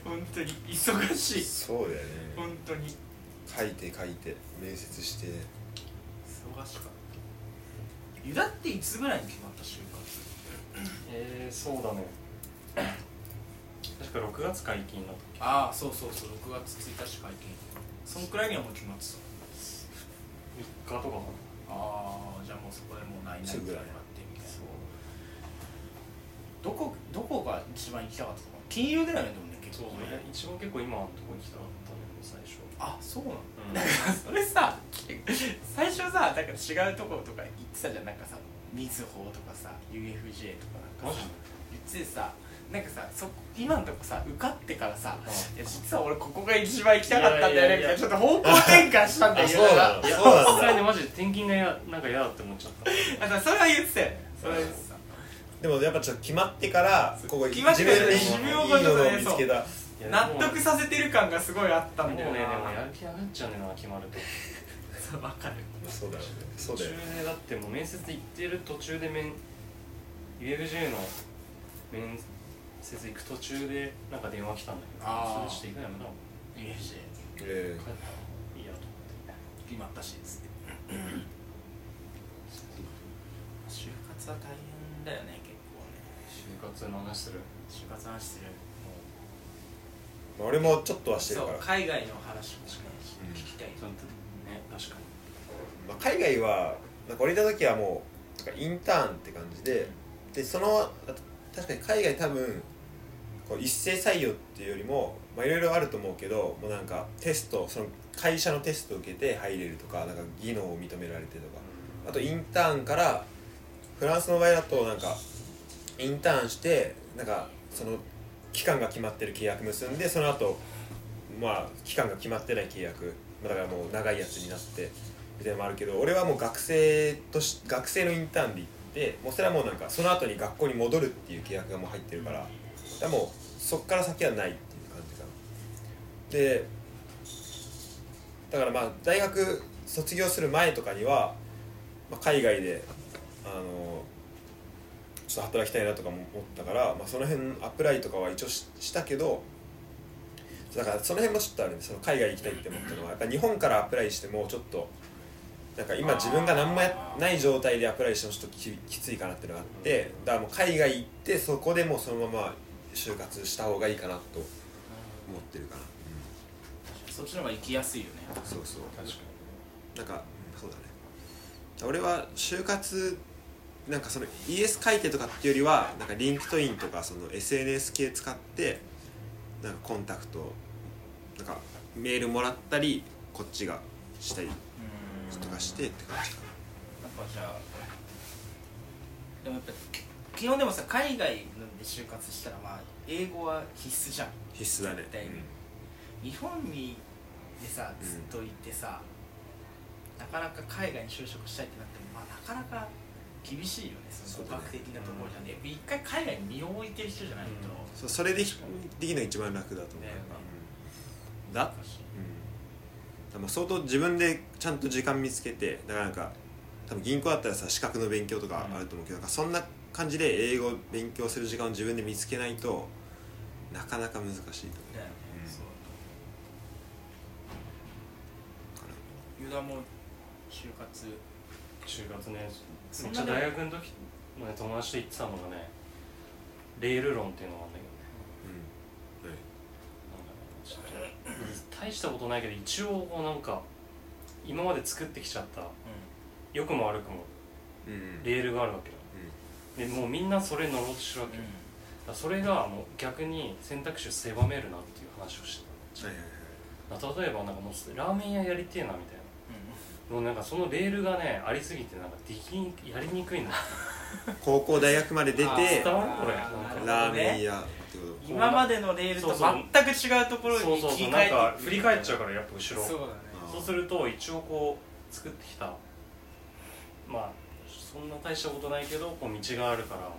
本当に忙し
うん
い
そうだよね
本当に忙し
書いて書いて面接して
かったゆだっていつぐらいに決まった就活
えー、そうだね確か6月解禁の時
ああそうそうそう6月1日会見そんくらいにはもう決まってた
3日とかかな
ああじゃあもうそこでもうないないってなってみたいな
そう
どこどこが一番行きたかったとか金融ぐらいだと思うんだよね結
そう
構
いや一番結構今のとこに来たかったね最初
あそうなの
うん
なんか それさ 最初さだから違うところとか言ってたじゃんなんかさみずほとかさ UFJ とかなん
マ
か
ジ
さ言っててさなんかさそ今のとこさ受かってからさ「いや実は俺ここが一番行きたかったんだよね」みたい
いやいやいや
なちょっと方向転換したんだよ
あ
ね
そうなの
いや
そうなんだ
実際ねマジで転勤がやなんか嫌だって思っちゃった
あだからそれは言ってたよねそれは言ってた
でもやっぱちょっと決まってからここ
決まってから
で
自分を
いいのを見つけた
いや
納得させてる感がすごいあった
もうんね
だ
で
よ
も
ね
やる気なくなっちゃうねな決まると
そうわかる
そうだよねそ
途
う
中
だよね
でだってもう面接行ってる途中で面 UFJ の面接行く途中でなんか電話来たんだけど
あ
そ
ー
れして行くのやめな帰
UFJ
え
ったらいいやと思って
決まったしつって就活は大変だよね結構ね
就活の話する
就活の話する
え俺もちょっとはしてる
そ
から
う海外の話も
うん
聞きたい
ちょっとね確かに
まあ、海外はなんか俺いた時はもうなんかインターンって感じででその確かに海外多分こう一斉採用っていうよりもまあいろいろあると思うけどもうなんかテストその会社のテストを受けて入れるとかなんか技能を認められてとかあとインターンからフランスの場合だとなんかインターンしてなんかその期間が決まってる契約結んでその後まあ期間が決まってない契約まあだからもう長いやつになってみたいなのもあるけど俺はもう学生とし学生のインターンで行ってもうそれはもうなんかその後に学校に戻るっていう契約がもう入ってるからだからもうそっから先はないっていう感じかなでだからまあ大学卒業する前とかには、まあ、海外であのちょっと働きたいなとかも思ったから、まあ、その辺アプライとかは一応ししたけどだからその辺もちょっとあるねその海外行きたいって思ったのはやっぱ日本からアプライしてもちょっとなんか今自分が何もやない状態でアプライしてもちょっとききついかなっていうのがあってだからもう海外行ってそこでもうそのまま就活した方がいいかなと思ってるかな、
そっちの方が行きやすいよね
うんそうそう
確か
なんかうんそうだね俺は就活なんかその ES 書いてとかっていうよりはなんかリンクトインとかその SNS 系使ってなんかコンタクトなんかメールもらったりこっちがしたり
うん
とかしてって感じか
やっぱじゃあでもやっぱ基本でもさ海外なんで就活したらまあ英語は必須じゃん
な必須だね
絶対に日本にでさずっといてさ、なかなか海外に就職したいってなっても、まあ、なかなか厳しいよねその
そうだ
語
ね
学的なところじゃね、一回海外に身を置いてる人じゃないと、
うん
そうそれでできるのが一番楽だと思う、
ね
うんだ
難しい
うん、でも相当自分でちゃんと時間見つけてだからなんか多分銀行だったらさ資格の勉強とかあると思うけど、なんかそんな感じで英語勉強する時間を自分で見つけないとなかなか難しいと思
だよね、
うん
そう
うから
ユダも就活
就活ね
そ
め
ん
っ
な
ちゃ
ね
大学の時のね友達と言ってたのがねレール論っていうのがあるんだけどね
う
ちょっと大したことないけど一応こうなんか今まで作ってきちゃった良くも悪くも
うんうん
レールがあるわけだでもうみんなそれに乗ろうとしてるわけ、だからそれがもう逆に選択肢を狭めるなっていう話をして
はいはいはい
ただから例えばなんかもうラーメン屋やりてえなみたいなもうなんかそのレールがねありすぎてなんかできにやりにくいんだ
高校大学まで出て
あ
伝
ー
わるこれ
なるほどね
ラーメン屋ってこと
今までのレールと全く違うところに
そうそう
切
そう
り
な
替
ん
えて
か振り返っちゃう
か
からやっぱ後ろ
そうだね
あー
そうすると一応こう作ってきたまあそんな大したことないけどこう道があるからなんか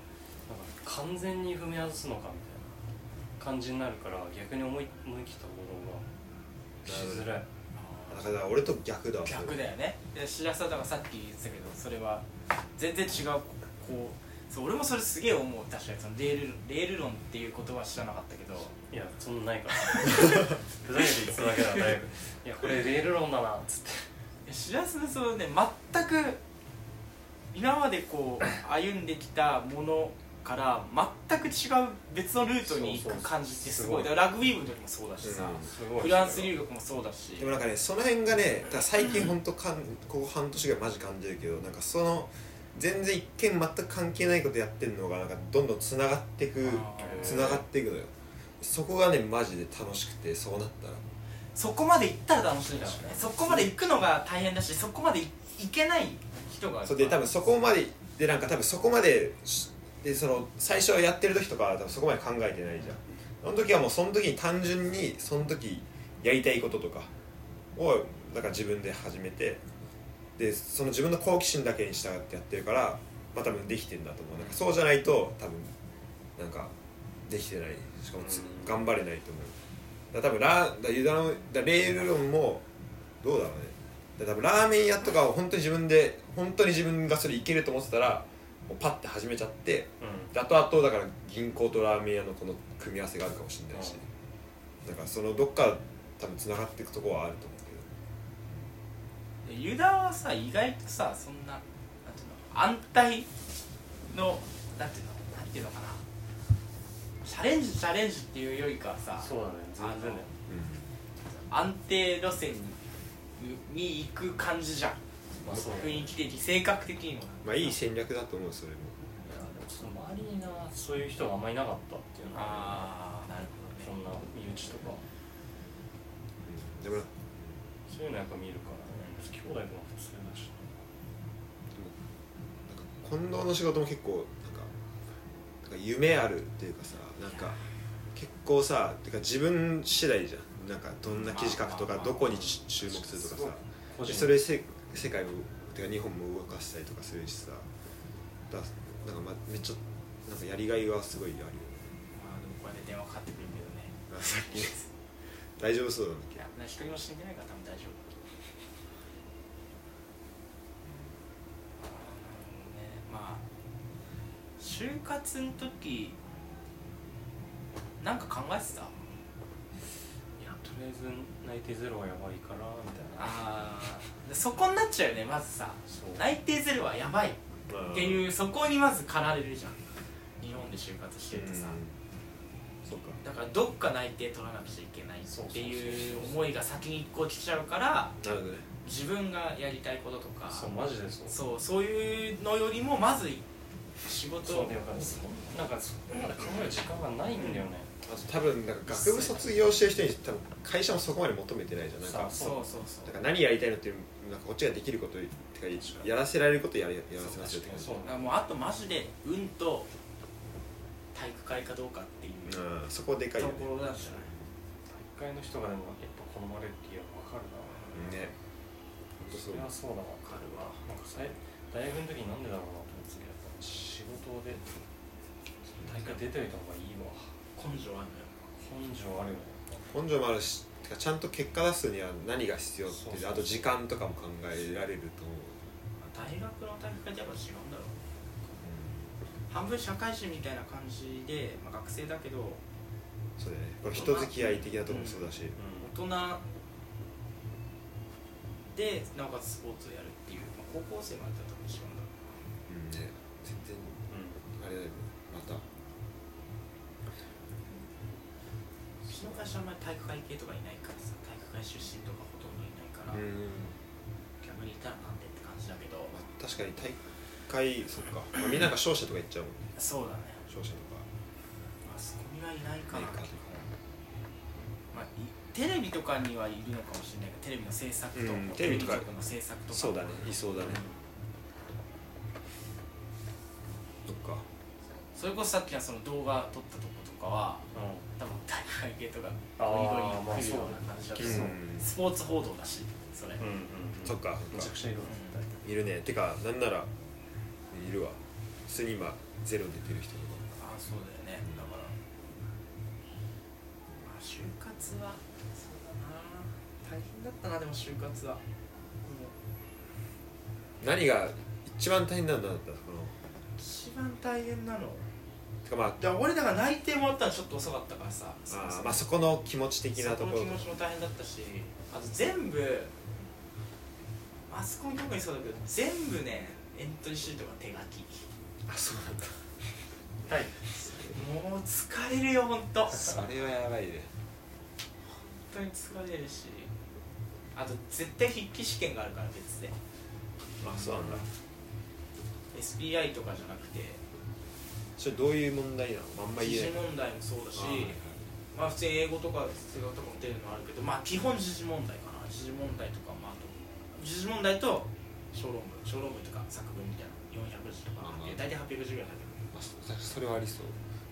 完全に踏み外すのかみたいな感じになるから逆に思い思い切った行動がしづらい
だから俺と逆だわ
逆だよねで白澤とかさっき言ってたけどそれは全然違うこうそう俺もそれすげえ思う確かにそのレールレール論っていう言葉は知らなかったけど
いやそんなないから ふざけて言っただけだだいぶいやこれレール論だなっつって
しらすそのね全く今までこう歩んできたものから全く違う別のルートに行
そうそう
く
そう
感じってすご
すご
い
い
だからラグビー部の時もそうだしさ、
うん
すごい
フランス留学もそうだし
でもなんかねその辺がねだから最近ほんとかんここ半年ぐらいマジ感じるけどなんかその全然一見全く関係ないことやってるのがなんかどんどんつながってく
あー
つながっていくのよそこがねマジで楽しくてそうなったら
そこまで行ったら楽しいんだろうねそこまで行くのが大変だしそこまでい行けない人が
そうで多分そこまででなんか多分そこまでしでその最初やってる時とかは多分そこまで考えてないじゃんその時はもうその時に単純にその時やりたいこととかをなんか自分で始めてでその自分の好奇心だけに従ってやってるからまあ多分できてんだと思うなんかそうじゃないと多分なんかできてないしかもつ
うん
頑張れないと思うだから多分ラーだユダのだレール論もどうだろうねだから多分ラーメン屋とかを本当に自分で本当に自分がそれいけると思ってたらもうパッて始めちゃって
うん
あとあとだから銀行とラーメン屋のこの組み合わせがあるかもしれないし、だからそのどっか多分つながっていくところはあると思うけど
ユダはさ意外とさそんななんていうの安泰のなんていうのなんていうのかなチャレンジチャレンジっていうよりかはさ
そうだね全然だよ
安定路線にに行く感じじゃん
まあそうだね
雰囲気的性格的にも
まあいい戦略だと思うそれ
い
も
やでもちょっと周りになそういう人があんまりいなかったっていうのは
ああなる
そんな身内とか
うんでもな
そういうのやっぱ見るからね兄弟とか普通だし
近藤の仕事も結構なんかなんか夢あるっていうかさなんか結構さてか自分次第じゃんなんかどんな記事書くと
まあまあま
か
あ
どこに注注目すると
す
か
ごい
さ
個人
でそれせ世界もてか日本も動かしたりとかするしさだなんか、ま、めっちゃなんかやりがいはすごいあるよね
まあでもこれで電話かかってくるけどね
あさっき大丈夫そうなんだっ
いや一人も死んでないから多分大丈夫ねまあ就活の時なんか考えてた
いやとりあえず内定ゼロはやばいからみたいな
あーそこになっちゃうよねまずさ
そう
内定ゼロはやばいっ
け、まあ
ていうそこにまず駆られるじゃん日本で就活してるとさ
そうか
だからどっか内定取らなくちゃいけないっていう思いが先にこう来ちゃうから
なるほどね
自分がやりたいこととか
そうマジでそう
そうそういうのよりもまず仕事
そう
を
だよそんなんかそこまで考える時間がないんだよね
あと多分なんか学部卒業してる人に多分会社もそこまで求めてないじゃんなん
さ
か
あ
そうそうそう
だから何やりたいのっていうなんかこっちができることってかやらせられることやらやらせますよって感じ
そう
だからもうあとマジで運と体育会かどうかっていうと
うんそこでかいよね
ころなんじゃない
一回の人がでもやっぱ好まれるっていうのは分かるな
ね本当そ
そうれはそうだ
わ
わ
かるわ
なんかさい大学の時になんでだろうなと思ってたけどやっぱ仕事で大会出ておいた方がいいわ
根性ある
根性あるよね
根性もあるしてかちゃんと結果出すには何が必要って
そうそうそう
あと時間とかも考えられると思う、
のよ大学の体育会ってやっぱ違うんだろうね半分社会人みたいな感じで、まあ、学生だけど
そうだよねこれ人付き合い的なとこもそうだし、
う
大人でなおかつスポーツをやるっていう、まあ、高校生までだと多分違うんだろう
うんね全然
ん
あれだよねまた
会社あんまり体育会系とかいないからさ体育会出身とかほとんどいないから、
うん
逆にいたらなんでって感じだけど、
まあ、確かに大会そっか、まあ、みんなが勝者とか言っちゃうもんね
そうだね
勝者とか
まあそこにはいないか
メ
な
ーカーと
ま
か
あ、いテレビとかにはいるのかもしれないけどテレビの制作と、
うんテレビとか
の制作とか
そうだねいそうだねそっか
それこそさっきのその動画撮ったとことかは多分体育会系とか
あー
ゴリゴリ来るような感じだと
ま
思う
あそう
うん
スポーツ報道だしそれ、
うんうん
そっか
めちゃくちゃいるわ
うん
いるねてかなんならいるわ普通に今ゼロで出る人とか
ああそうだよねだからまあ就活はそうだな大変だったなでも就活はもう
何が一番大変なんだったのこの
一番大変なの
てかまあ
だから俺だから内定もあったのちょっと遅かったからさ
あーまあそこの気持ち的なところ
その気持ちも大変だったしあと全部マスコミ特にそうだけど全部ねエントリーシートが手書き
あそうなんだ
はい
もう疲れるよ本当本
それはやばいね
当に疲れるしあと絶対筆記試験があるから別で
あそうなんだ
SPI とかじゃなくて
それどういう問題なのあんま
時
言え
事
ない
問題もそうだし
あーはいはい
まあ普通に英語とか数学とかも出るのはあるけどまあ基本時事問題かな時事問題とかまああと時事問題と小論文小論文とか作文みたいな400字とか
あー
大体800字ぐらいだけど
まあそそれはありそう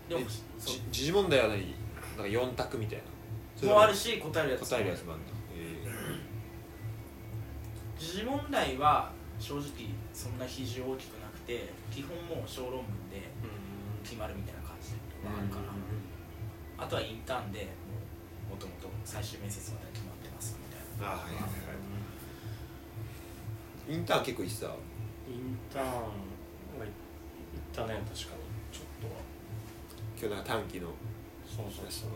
でも
え
そう
じ時事問題は何なんか4択みたいなそれ
もうあるし答えるやつ
答えるやつもあるんだ
時事問題は正直そんな比重大きくなくて基本もう小論文で決まるみたいな感じであるからあとはインターンでもともと最終面接まで決まってますみたい
あ
な
ーはいはいはいインターン結構行ってた
インターンは行ったね確かにちょっとは
今日なんか短期の
そうそうそう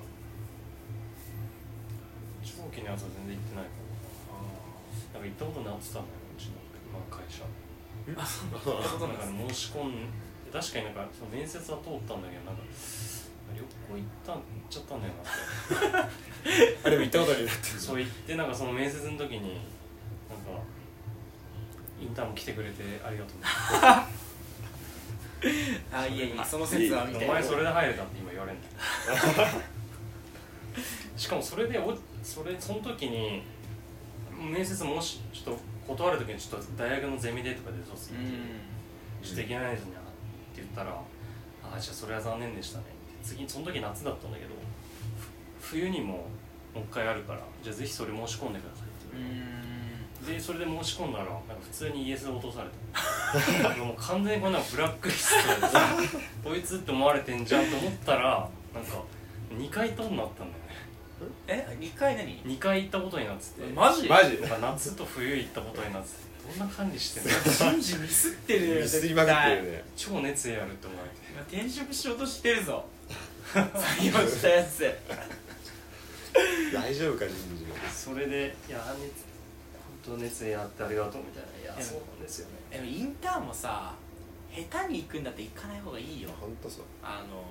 長期のやつは全然行ってないからなんか行ったことになってたんだようちの、まあ、会社
あそうなんだそう
な
なんん
か
だ
申し込んで確かになんかその面接は通ったんだけどなんか旅行行ったん行っちゃったんだよなって
あでも行ったことになってる
そう言ってなんかその面接の時になんかインターンも来てくれてありがとう
あいやいやその説はみたい
お
な
前それで入れたって今言われんだよ しかもそれでおそれその時に面接もしちょっと断る時にちょっと大学のゼミでとかでどうす
う
るって
ん
ちょっとできないですねって言ったら「ああじゃあそれは残念でしたね」って次その時夏だったんだけどふ冬にももう一回あるからじゃあぜひそれ申し込んでくださいって言われてでそれで申し込んだらなんか普通にイエスで落とされ たもう完全にこんなのブラックリストでさこいつって思われてんじゃんと思ったらなんか2回行ったことになったんだよね
え二回何
2回行ったことになってて
マジ
マジ
なんか夏と冬行ったことになっててどんな管理してんの
人事ミスってるよ
ミスりまくってる
絶
ね
超熱意あるって思われて
対転職しようとしてるぞ採用したやつ
大丈夫か人事の
それで「いや熱本当熱意あってありがとう」みたいな「いや
うん
そうなんですよね
でもインターンもさ下手に行くんだって行かない方がいいよ
本当そう
あの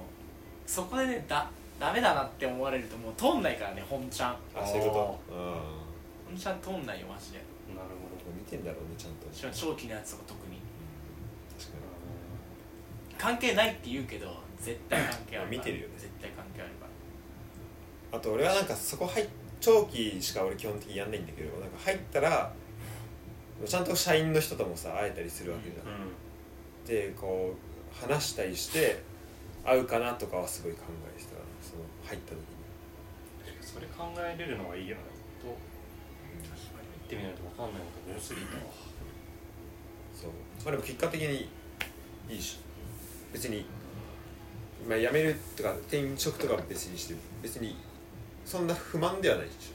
そこでねだダメだなって思われるともう通んないからね本ちゃん
あそういうことうん
本ちゃん通んないよマジで
なるほど」
見てんだろうねちゃんと
しかも長期のやつとか特に
確かに
関係ないって言うけど絶対関係あるから
見てるよね
絶対関係あるから
あと俺はなんかそこ入っ長期しか俺基本的にやんないんだけどなんか入ったらちゃんと社員の人ともさ会えたりするわけじゃん、
うん
でこう話したりして会うかなとかはすごい考えてたからその入った時に
それ考えれるのがいいよねと行ってみないと分かんないことが多すぎたわ
そうまあでも結果的にいいし別に、まあ、辞めるとか転職とかは別にして別にそんな不満ではないでし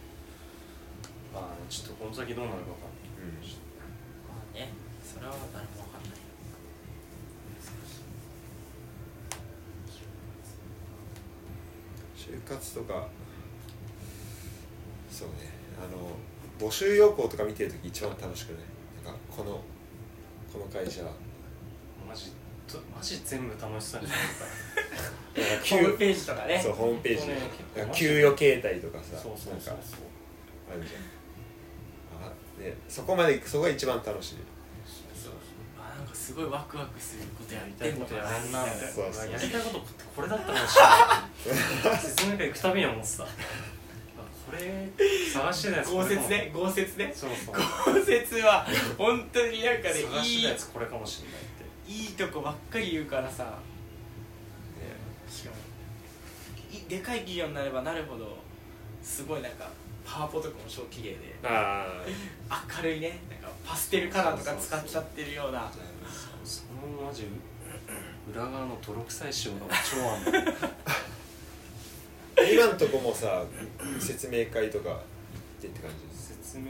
まあちょっとこの先どうなるか分かんない
ょ、うん
まあねそれは誰もわかんないよ
就活とかそうねあの募集要項とか見てるとき一番楽しくないなんかこのこの会社
マジとマジ全部楽しそうにしてるか
なんか
ホームページとかね
そうホームページ
そうね
でなんか給与形態とかさ
そうそうそう
なんかあるじゃんあでそこまでそこが一番楽しい
あなんかすごいワクワクすることや
や
っ
りた
て
い
ん
こ
の
と
か
や
な
らんなみたいな
そうそう
やりたいことこれだったかもしれない説明会行くたびに思ってたあこれ探してたやつ
豪雪ね豪雪ね
そうそう
豪雪は本当になんかね
探し
い
てたや
い
つこれかもしれないって
いいとこばっかり言うからさしかもいでかい企業になればなるほどすごいなんかパワポとかも超綺麗で
あ
明るいねなんかパステルカラーとか使っちゃってるような
そのマジ裏側の泥臭い仕事が超あんの
あ今のとこもさ説明会とか行ってって感じです
説明っ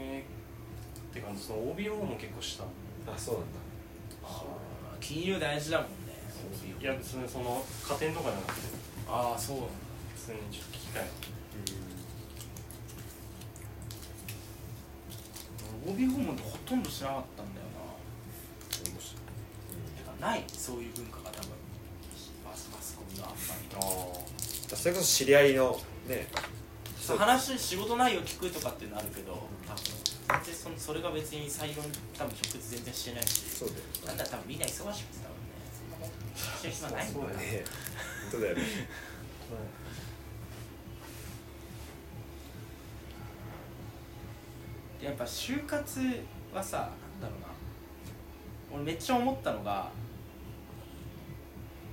て感じその OBO も結構したの
あそうなんだ
金融大事だもんね
いや別にその加点とかじゃなくて
ああそう
普通にちょっと聞きたいな
OB 訪問ってほとんどしなかったんだよなてかないそういう文化が多分マスマスコミがあんまり
ああ
だそれこそ知り合いのね
そう話仕事内容聞くとかっていうのあるけど多分全然そのそれが別に採用に多分直接全然してないし
そうだ
なんだ多分みんな忙しくて多分ねそんなことしてる暇ない
そうだ
よ
よ
ね
ね
ね本当だよね
やっぱ就活はさなんだろうな俺めっちゃ思ったのが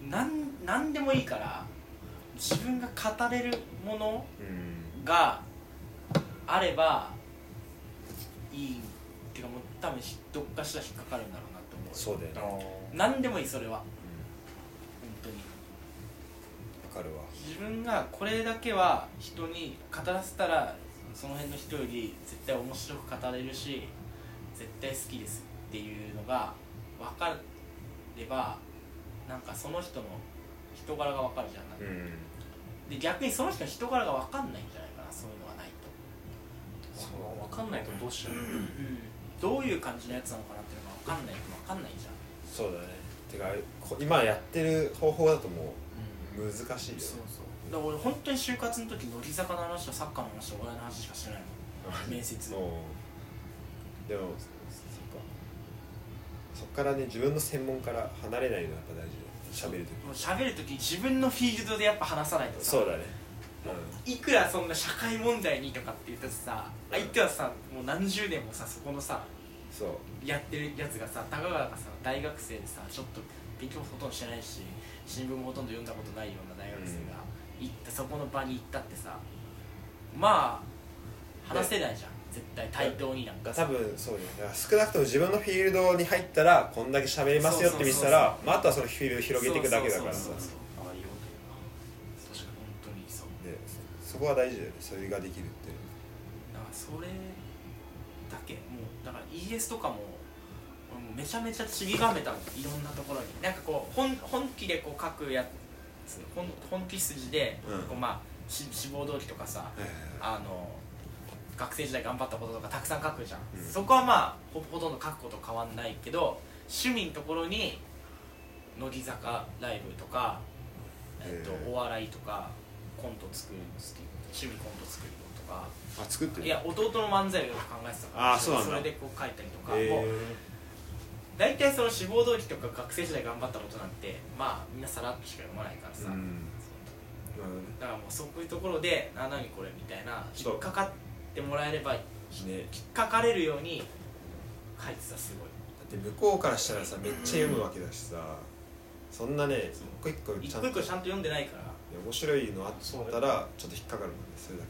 なんなんでもいいから自分が語れるもの
うん
があればいいっていうかもう多分ひどっかしら引っかかるんだろうなと思う
そうだよ
あ
ね
あ
何でもいいそれは本
うん
当に
わかるわ
自分がこれだけは人に語らせたらその辺の人より絶対面白く語れるし絶対好きですっていうのが分かればなんかその人の人柄が分かるじゃんなんか
うん
で逆にその人の人柄が分かんないんじゃないかなそういうのがないと、
そうわかんないとどうしよう
どういう感じのやつなのかなっていうのが分かんないと分かんないじゃん、
そうだねてかこ今やってる方法だともう難しいよね
そうそうだから俺本当に就活の時乃木坂の話とサッカーの話とお笑いの話しかしてないもん面接
もうでもそっかそっからね自分の専門から離れないのがやっぱ大事だよ喋ると
もう喋るとき自分のフィールドでやっぱ話さないと
き
さ
そうだね
いくらそんな社会問題にとかって言ったらさ相手はさもう何十年もさそこのさ
うんそう
やってるやつがさたかががさ大学生でさちょっと勉強もほとんどしてないし新聞もほとんど読んだことないような大学生が行ってそこの場に行ったってさまあ話せないじゃん絶対対等になんか
だ多分そうねだから少なくとも自分のフィールドに入ったらこんだけ喋れますよって見せたらまああとはそのフィールドを広げていくだけだからさ
そうそうそうそう
ああいいこと言うな
確かに本当にそう
でそこは大事だよねそれができるって
だからそれだけもうだから ES とかも俺もうめちゃめちゃちりばめたのいろんなところになんかこう本本気でこう書くやつ本本気筋で、
うん
こうまあし志望動機とかさあの学生時代頑張ったこととかたくさん書くじゃん、
うん
そこはまあほほとんど書くこと変わんないけど趣味のところに乃木坂ライブとか、えっと
へえ
お笑いとかコント作るの好き趣味コント作るのとか
あ作って
いや弟の漫才をよく考えてたから
あーそうなんだ
れでこう書いたりとか、
へ
もう
え
大体その志望動機とか学生時代頑張ったことなんてまあみんなさらっとしか読まないからさ、
うん
だからもうそういうところで「あ何これ」みたいな
そう
引っかかってもらえれば引
ね
っかかれるように書いてたすごい
だって向こうからしたらさめっちゃ読むわけだしさそんなね一個一個ち
一
ゃん
個
と
一個ちゃんと読んでないからも
面白いのあったらちょっと引っかかるもんねそれだ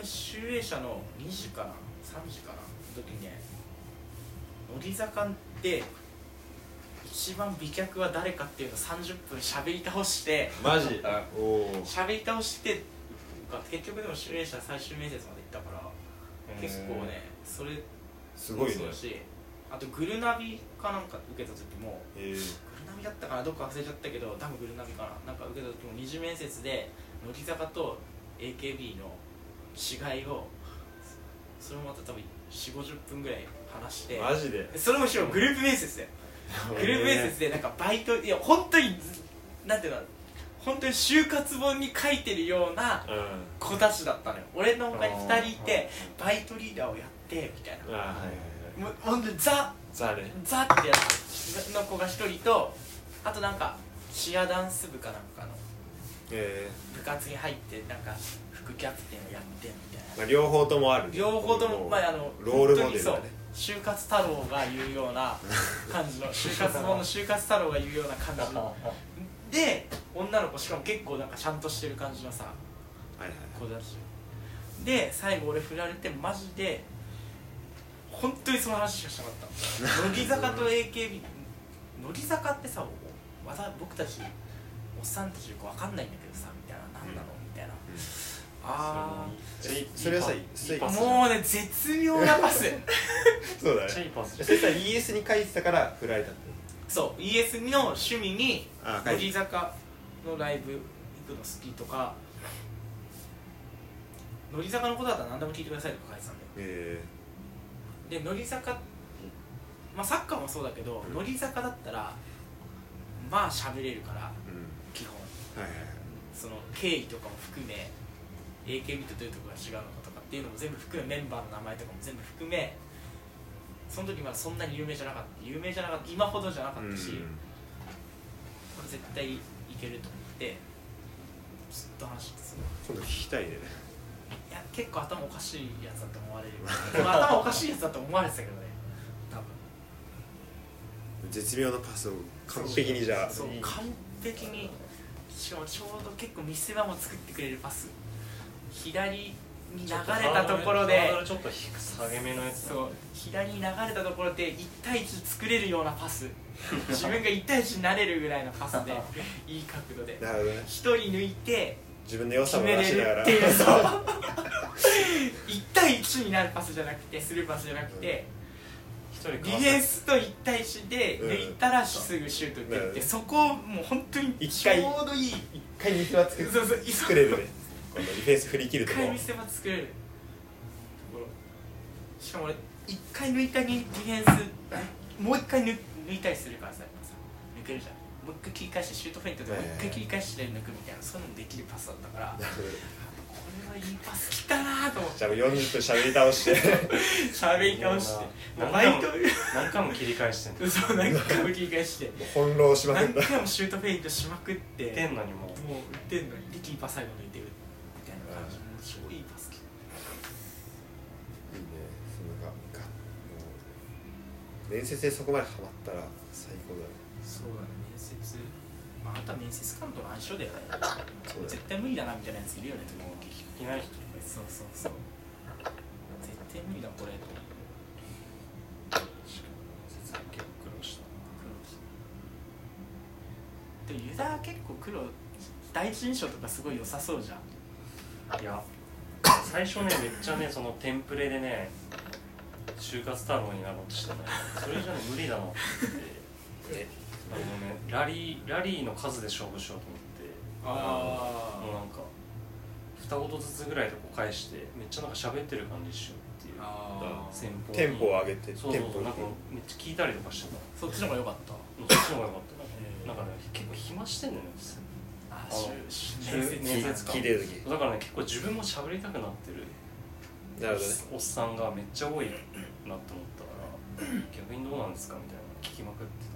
う一
で
回集英社の2時かな3時かなの時にね乃木坂で一番美脚は誰かっていうのを30分喋り倒して
マジおお
喋り倒して結局でも集英社最終面接まで行ったから結構ねそれ
すごいね
そうだしあとグルナビかなんか受けた時も
えー
グルナビだったかなどっか忘れちゃったけど多分グルナビかななんか受けた時も二次面接で乃木坂と AKB の違いをそれもまた多分4 5 0分ぐらい話して
マジで
それもしろグループ面接でグループ面接でなんかバイトいや本当になんていうの本当に就活本に書いてるような
うん
子たちだったのよ俺の他に2人いて
あ
バイトリーダーをやってみたい
あーはいはいはい
なもうほんとザ
ザね
ザってやつの子が1人とあとなんかチアダンス部かなんかの
え
部活に入ってなんか副キャプテンをやってみたいな
ーまあ、両方ともある
両方とも、まあ、あの
ロールモデ
本
ルだ
当に
ね
そう就活太郎が言うような感 じの就活本の就活太郎が言うような感じので女の子しかも結構なんかちゃんとしてる感じのさ
はいはい
子だしで最後俺振られてマジで本当にその話しかしなかった乃木坂と AKB 乃木坂ってさおわた僕たちおっさんたちよくわかんないんだけどさみたいななんだろうみたいな、ああ
それはさそれはさ
もうね絶妙なパス
そうだ
めっちゃい
ね
いパスじゃ
それさ ES に書いてたから振られたんだよ
そう ES の趣味に
あ書い
乃
て
木坂のライブ行くの好きとか乃木坂のことだったら何でも聞いてくださいとか書いてたんだよ
え
で乃木坂まあサッカーもそうだけど
うん
乃木坂だったらまあ喋れるから
ー、うん
基本
はいはいはい
その経緯とかも含め AKB とどういうところが違うのかとかっていうのも全部含めメンバーの名前とかも全部含めその時まだそんなに有名じゃなかった有名じゃなかった今ほどじゃなかったし、これ絶対いけると思ってずっと話してた
今度聞きたいね
いや結構頭おかしいやつだと思 われるでも頭おかしいやつだと思われてたけどね多分
絶妙なパスを完璧にじゃあ
そう
いい
完璧にしかもちょうど結構見せ場も作ってくれるパス左に流れたところで
ちょっと下げめのやつだ
そう左に流れたところで1対1作れるようなパス自分が1対1になれるぐらいのパスでいい角度で
なるほどね
1人抜いて
自分の良
決
さも
め
出
れ
し
る
ながら
っていうそう1対1になるパスじゃなくてスルーパスじゃなくて、
一人かわ
デ
せ
ィフェンスと1対1で抜いたらすぐシュート打ってるって、
うん
そこをもう本当に
一
ちょ
回
うどいい
一回見せは作
そうそう
作れるね今度ディフェンス振り切る
一
と
回
も
見せ場作れるところしかも俺一回抜いたにディフェンスもう一回抜抜いたりするからさやっぱさ抜けるじゃんもう一回切り返してシュートフェイントでもう一回切り返して抜くみたいなそういうのもできるパスだったからこ
なるほど
れはいいパスきたなと思って
じゃあもう40分しゃべり倒して
喋り倒して
いいな
バイト
何回も切り返してんの
嘘何回も切り返 して
翻弄しまく
何
った
回もシュートフェイントしまくって
出てんのにもう
もう打ってんのにでキーパー最後抜いてるみたいな感じもう超いいパスきた
いいねそのなんかがもう面接でそこまでハマったら最高だね
そうだね面接まああとは面接官との相性だよね
そうだね
絶対無理だなみたいなやついるよねもう
いない人
そうそうそう絶対無理だこれと思って
結構苦労した
苦労したでもユダは結構苦労第一印象とかすごい良さそうじゃん
いや最初ねめっちゃねそのテンプレでね就活太郎になろうとしたねそれじゃね無理 だなって
え
あのねラリーラリーの数で勝負しようと思ってもう
あ
なんか二言ずつぐらいでこう返してめっちゃなんか喋ってる感じしようっていう
あ
戦法に
テンポを上げて
そう
テ
そ
ン
う
ポ
そ
を
う
上
な
げ
んか
て
めっちゃ聞いたりとかしてた
そっちの方が良かった
そっちの方が良かった
へー
なんかね結構暇してんだよね
あ
あの
しゅしゅ
面
面
接
接
官
聞いてる
だからね結構自分も喋りたくなってる
時なるほどね
おっさんがめっちゃ多いなと思ったから逆にどうなんですかみたいなの聞きまくって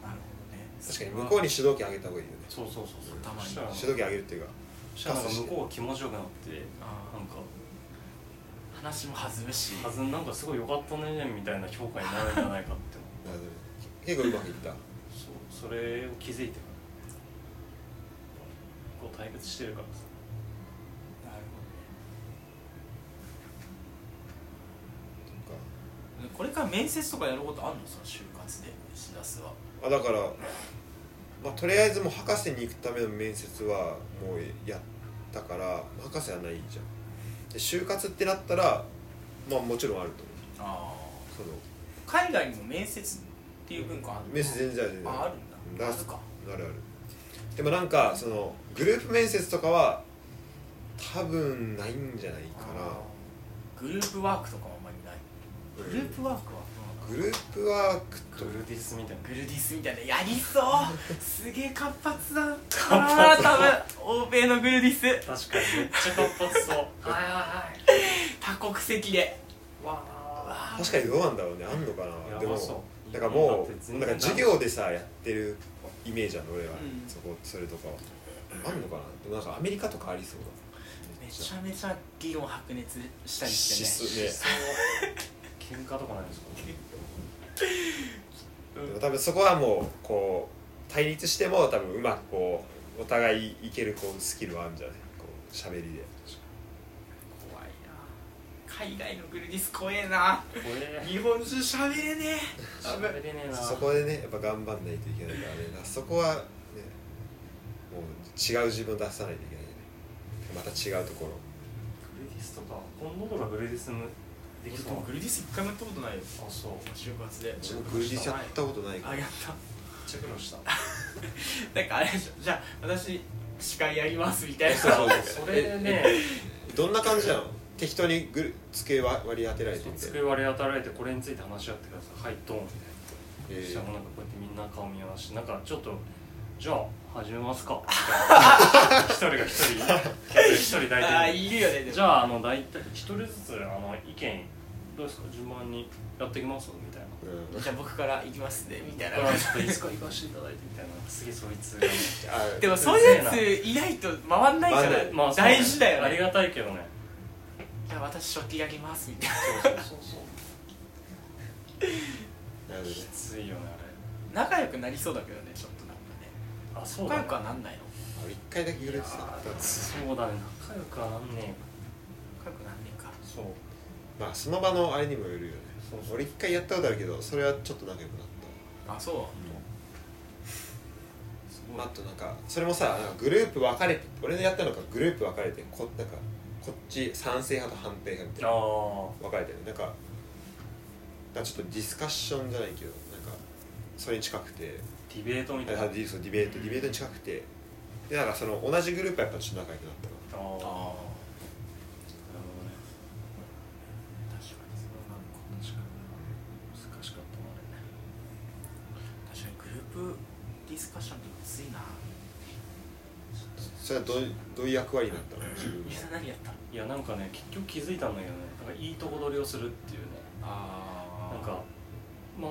た
なるほどね
確かに向こうに主導権あげた方がいいよね
そうそうそうそう
たまに
そしたら
主導権あげるっていうか
そしたらなんか向こうが気持ちよくなって
あ
な
ー話も弾むし
んかはずなんかすごい良かったねみたいな評価になるんじゃないかって思
なるほどね結構うまくいった
うそうそれを気づいてからこう対決してるからさ
なるほどね
と
これから面接とかやることあんのその就活でしらすは
かあだから、まあ、とりあえずもう博士に行くための面接はもうやったから博士はないじゃんで就活ってなったらまあもちろんあると思
あ
うその
海外にも面接っていう文化あるの
面接全然ある全然
ああるんだ
うん
あるか
あるあるでもなんかそのグループ面接とかは多分ないんじゃないか
あーグループワークとかもあんまりない
な、うん
グループワークは
グループワーク
グルディスみたいな
グルディスみたいなやりそう すげえ活発だから多分欧米のグルディスはい
確かにめっちゃ活発 そう
はいはい多国籍で
わあ
確かにどうなんだろうねあんのかなで
やばそ
も
う
だからも
だって
う
全然
なんか授業でさやってるイメージあるの俺は、
うん
そこそれとかはあんのかなでもなんかアメリカとかありそうだ
めちゃめちゃ議論白熱したりしてね
質ね
喧嘩とかないですか
でも多分そこはもうこう対立しても多分うまくこうお互いいけるこうスキルはあるんじゃないこう喋りで
怖いな海外のグルディス怖えな
これ
日本中喋れね
喋れねえな
そこでねやっぱ頑張んないといけないからねだからそこはねもう違う自分を出さないといけないねまた違うところ
グルディスとか今度とかグルディスむ
え
で
俺
きそ
で
う
もグルディス一回もやったことないよ
あそうめっ
就活で
自分グルディスやったことないから
あやった
ちゃ苦労した
なんかあれでしょじゃあ私司会やりますみたいな
そうそう
それね
どんな感じなの適当にグル机割り当てられてみたいな
机割り与えられてこれについて話し合ってくださいはいドンみたいな
え
そした
ー
らもうなんかこうやってみんな顔見合わせてなんかちょっとじゃあ始めますかみたいな一人が一人一人抱
ああ
いて
いるよねで
る
も
じゃああの大体一人ずつあの意見どうですか順番にやっていきますみたいな
うん
じゃあ僕から行きますねみたいな
だからちょっといつか行かせていただいてみたいなすげえそいつが
あ
でもそういうやついないと回んないか
回んない
ら大事だよ
あり
ね
がたいけどね
じゃあ私食器やりますみたい
そうそうそうそ
なる
う
ほど
き
ね
ついよね
な仲良くなりそうだけどねちょっとなんかね
あれあそう
仲良
だね
くはなんないの
俺一回だけグループさ
そうだね仲良くはなんね
仲良くなんねえか
えそう
まあその場のあれにもよるよね
そうそう
俺一回やったことあるけどそれはちょっと仲良くなっ
あそう
たまああとなんかそれもさなんかグループ分かれて俺のやったのがグループ分かれてこなんかこっち賛成派と反対派みたいな
あ
分かれてるなんかなんかちょっとディスカッションじゃないけどなんかそれに近くて
あディベートみたいな
あディそうディベートディベートに近くてでなんかその同じグループはやっぱちょっと仲良くなった
あ
か
ーな
あ
るほどね
あ確かにそれはなんか
確かに難しかったなあれね
確かにグループディスカッションってむずいな
らそれはどうどういう役割になったの自分
みん
は
な何やったの
いやなんかね結局気づいたんだけどねなんかいいとこ取りをするっていうね
あ
なんかま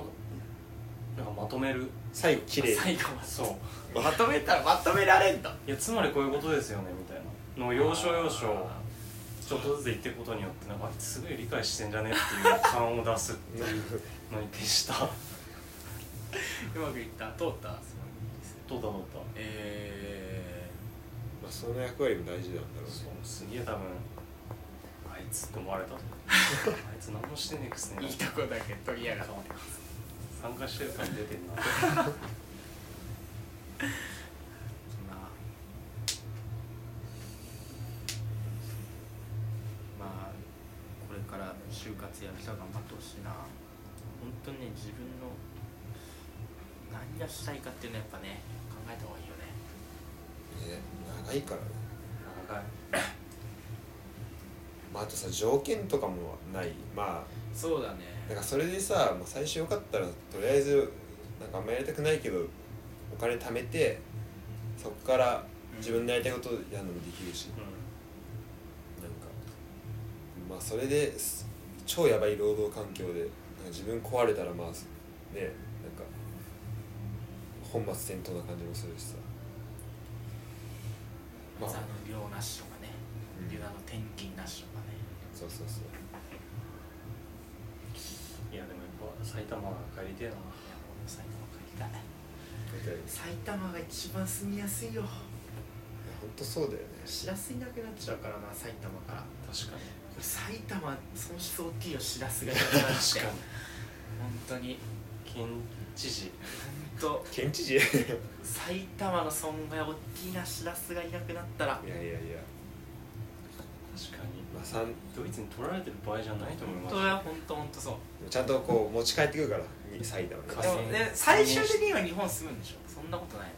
なんかまとめる
最後綺麗に
最 後ま
そう
でまとめたらまとめられんだ
いやつまりこういうことですよねみたいなのを要所要所ちょっとずつ言っていくことによってなんかあいつすごい理解してんじゃねっていう感を出すっていうのに徹したどう
うまくいった通った
だどうだ
え
まあ、その役割も大事なんだろうね
そうすげえ多分あいつって思わ れたと思うあいつ何もしてねえくせ
ー、
に
いいとこだけ取りやがって
参加してる感出てんな
まあまあこれから就活やる人は頑張ってほしいな本当にね自分の何がしたいかっていうのはやっぱね考えた方がいいよね
ね長いからね、
長い
まあ、あとさ条件とかもないまあ
そうだね
だからそれでさ、まあ、最初よかったらとりあえずなんかあんまやりたくないけどお金貯めてそこから自分のやりたいことやるのもできるし、
う
なんかまあそれです超やばい労働環境でなんか自分壊れたらまあねなんか本末転倒な感じもするしさま
ま
あ
ずあの寮なしとかね
うん
寮の転勤なしとかね
そうそうそうん
いやでもやっぱ埼玉が帰りてえない
やもう埼玉帰りたい
だっていや
埼玉が一番住みやすいよ
ほんとそうだよね
しらすいなくなっちゃうからな埼玉から
確かに
埼玉損失大きいよしらすがいなくなって本
確かに
当に
県知事
本当
県知事 いや
埼玉の損害大きいなしらすがいなくなったら
いやいや
確かに
まあさん
ドイツに取られてる場合じゃないと思いま
本
す
当だよ本当本当そ
ちゃんとこう持ち帰ってくるからに埼玉に
う
あ
で
そ
も
う
ね最終的には日本住むんでしょそんなことない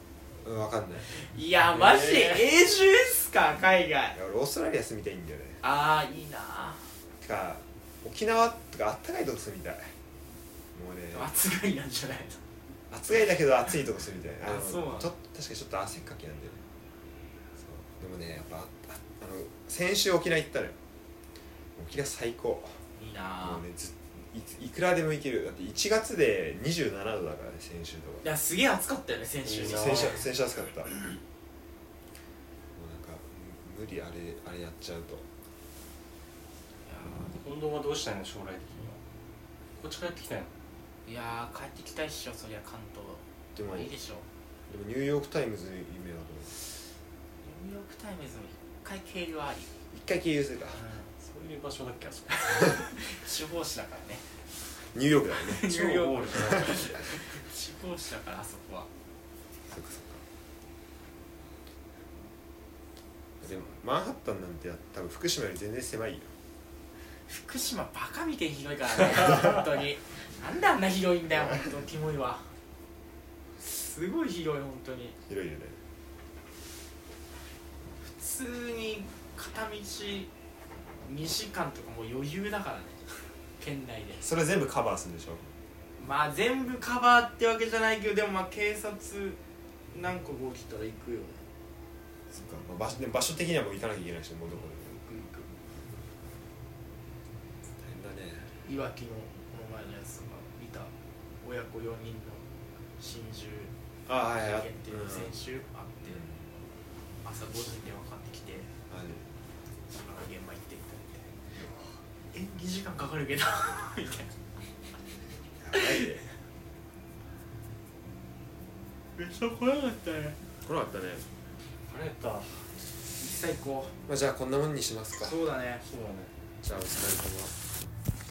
うんわかんない
いやマジ
えー
永住っすか海外
いや俺オーストラリア住みたいんだよね
ああいいな
てか沖縄とかあったかいとこ住みたいもうね
暑がりなんじゃない
暑がりだけど暑いとこ住むみたいなの
あそうなの
ちょっと確かにちょっと汗っかきなんだよねそうでもねやっぱあああの先週沖縄行ったのよ沖縄最高
のいい
も
な
うねずいついくらでも行けるだって1月で27度だからね先週とか
いやすげえ暑かったよね先週
いいな
先週先週暑かったもうなんか無理あれあれやっちゃうと
近藤はどうしたいの将来的にはこっち帰ってきたいの
いやー帰ってきたいっしょそりゃ関東
でも
いいでしょ
でもニューヨーク・タイムズの夢はどう
ニューヨークタイムズも一回経由あり、
一回経由するか
そういう場所だっけあそこ
地方紙だからね
ニューヨークだよね
ニューヨーク
超ゴールだな
地方紙だからあそこは
そっかそっかでもマンハッタンなんて多分福島より全然狭いよ
福島バカみてえに広いからね本当になんであんな広いんだよ本当キモいわすごい広い本当に
広いよね
普通に片道2時間とかもう余裕だからね県内で
それ全部カバーするんでしょ
まあ全部カバーってわけじゃないけどでもまあ警察何個動きたら行くよね
そっか、まあ、場所でも場所的にはもう行かなきゃいけないしもうどこで
行
も
く行く
大変だね
いわきのこの前のやつとか見た親子4人の心中
ああはいは
事
い
件っていうの先週あって朝5時に電話かかってきて
あれ
その現場行ってみたいな演技時間かかるけどみたいな
やばいね
めっちゃ来なかったね
来なかったね、
晴れた
一切こ
まあ、じゃあこんなもんにします
う
か
そうだね
そうだね
じゃあお疲れ様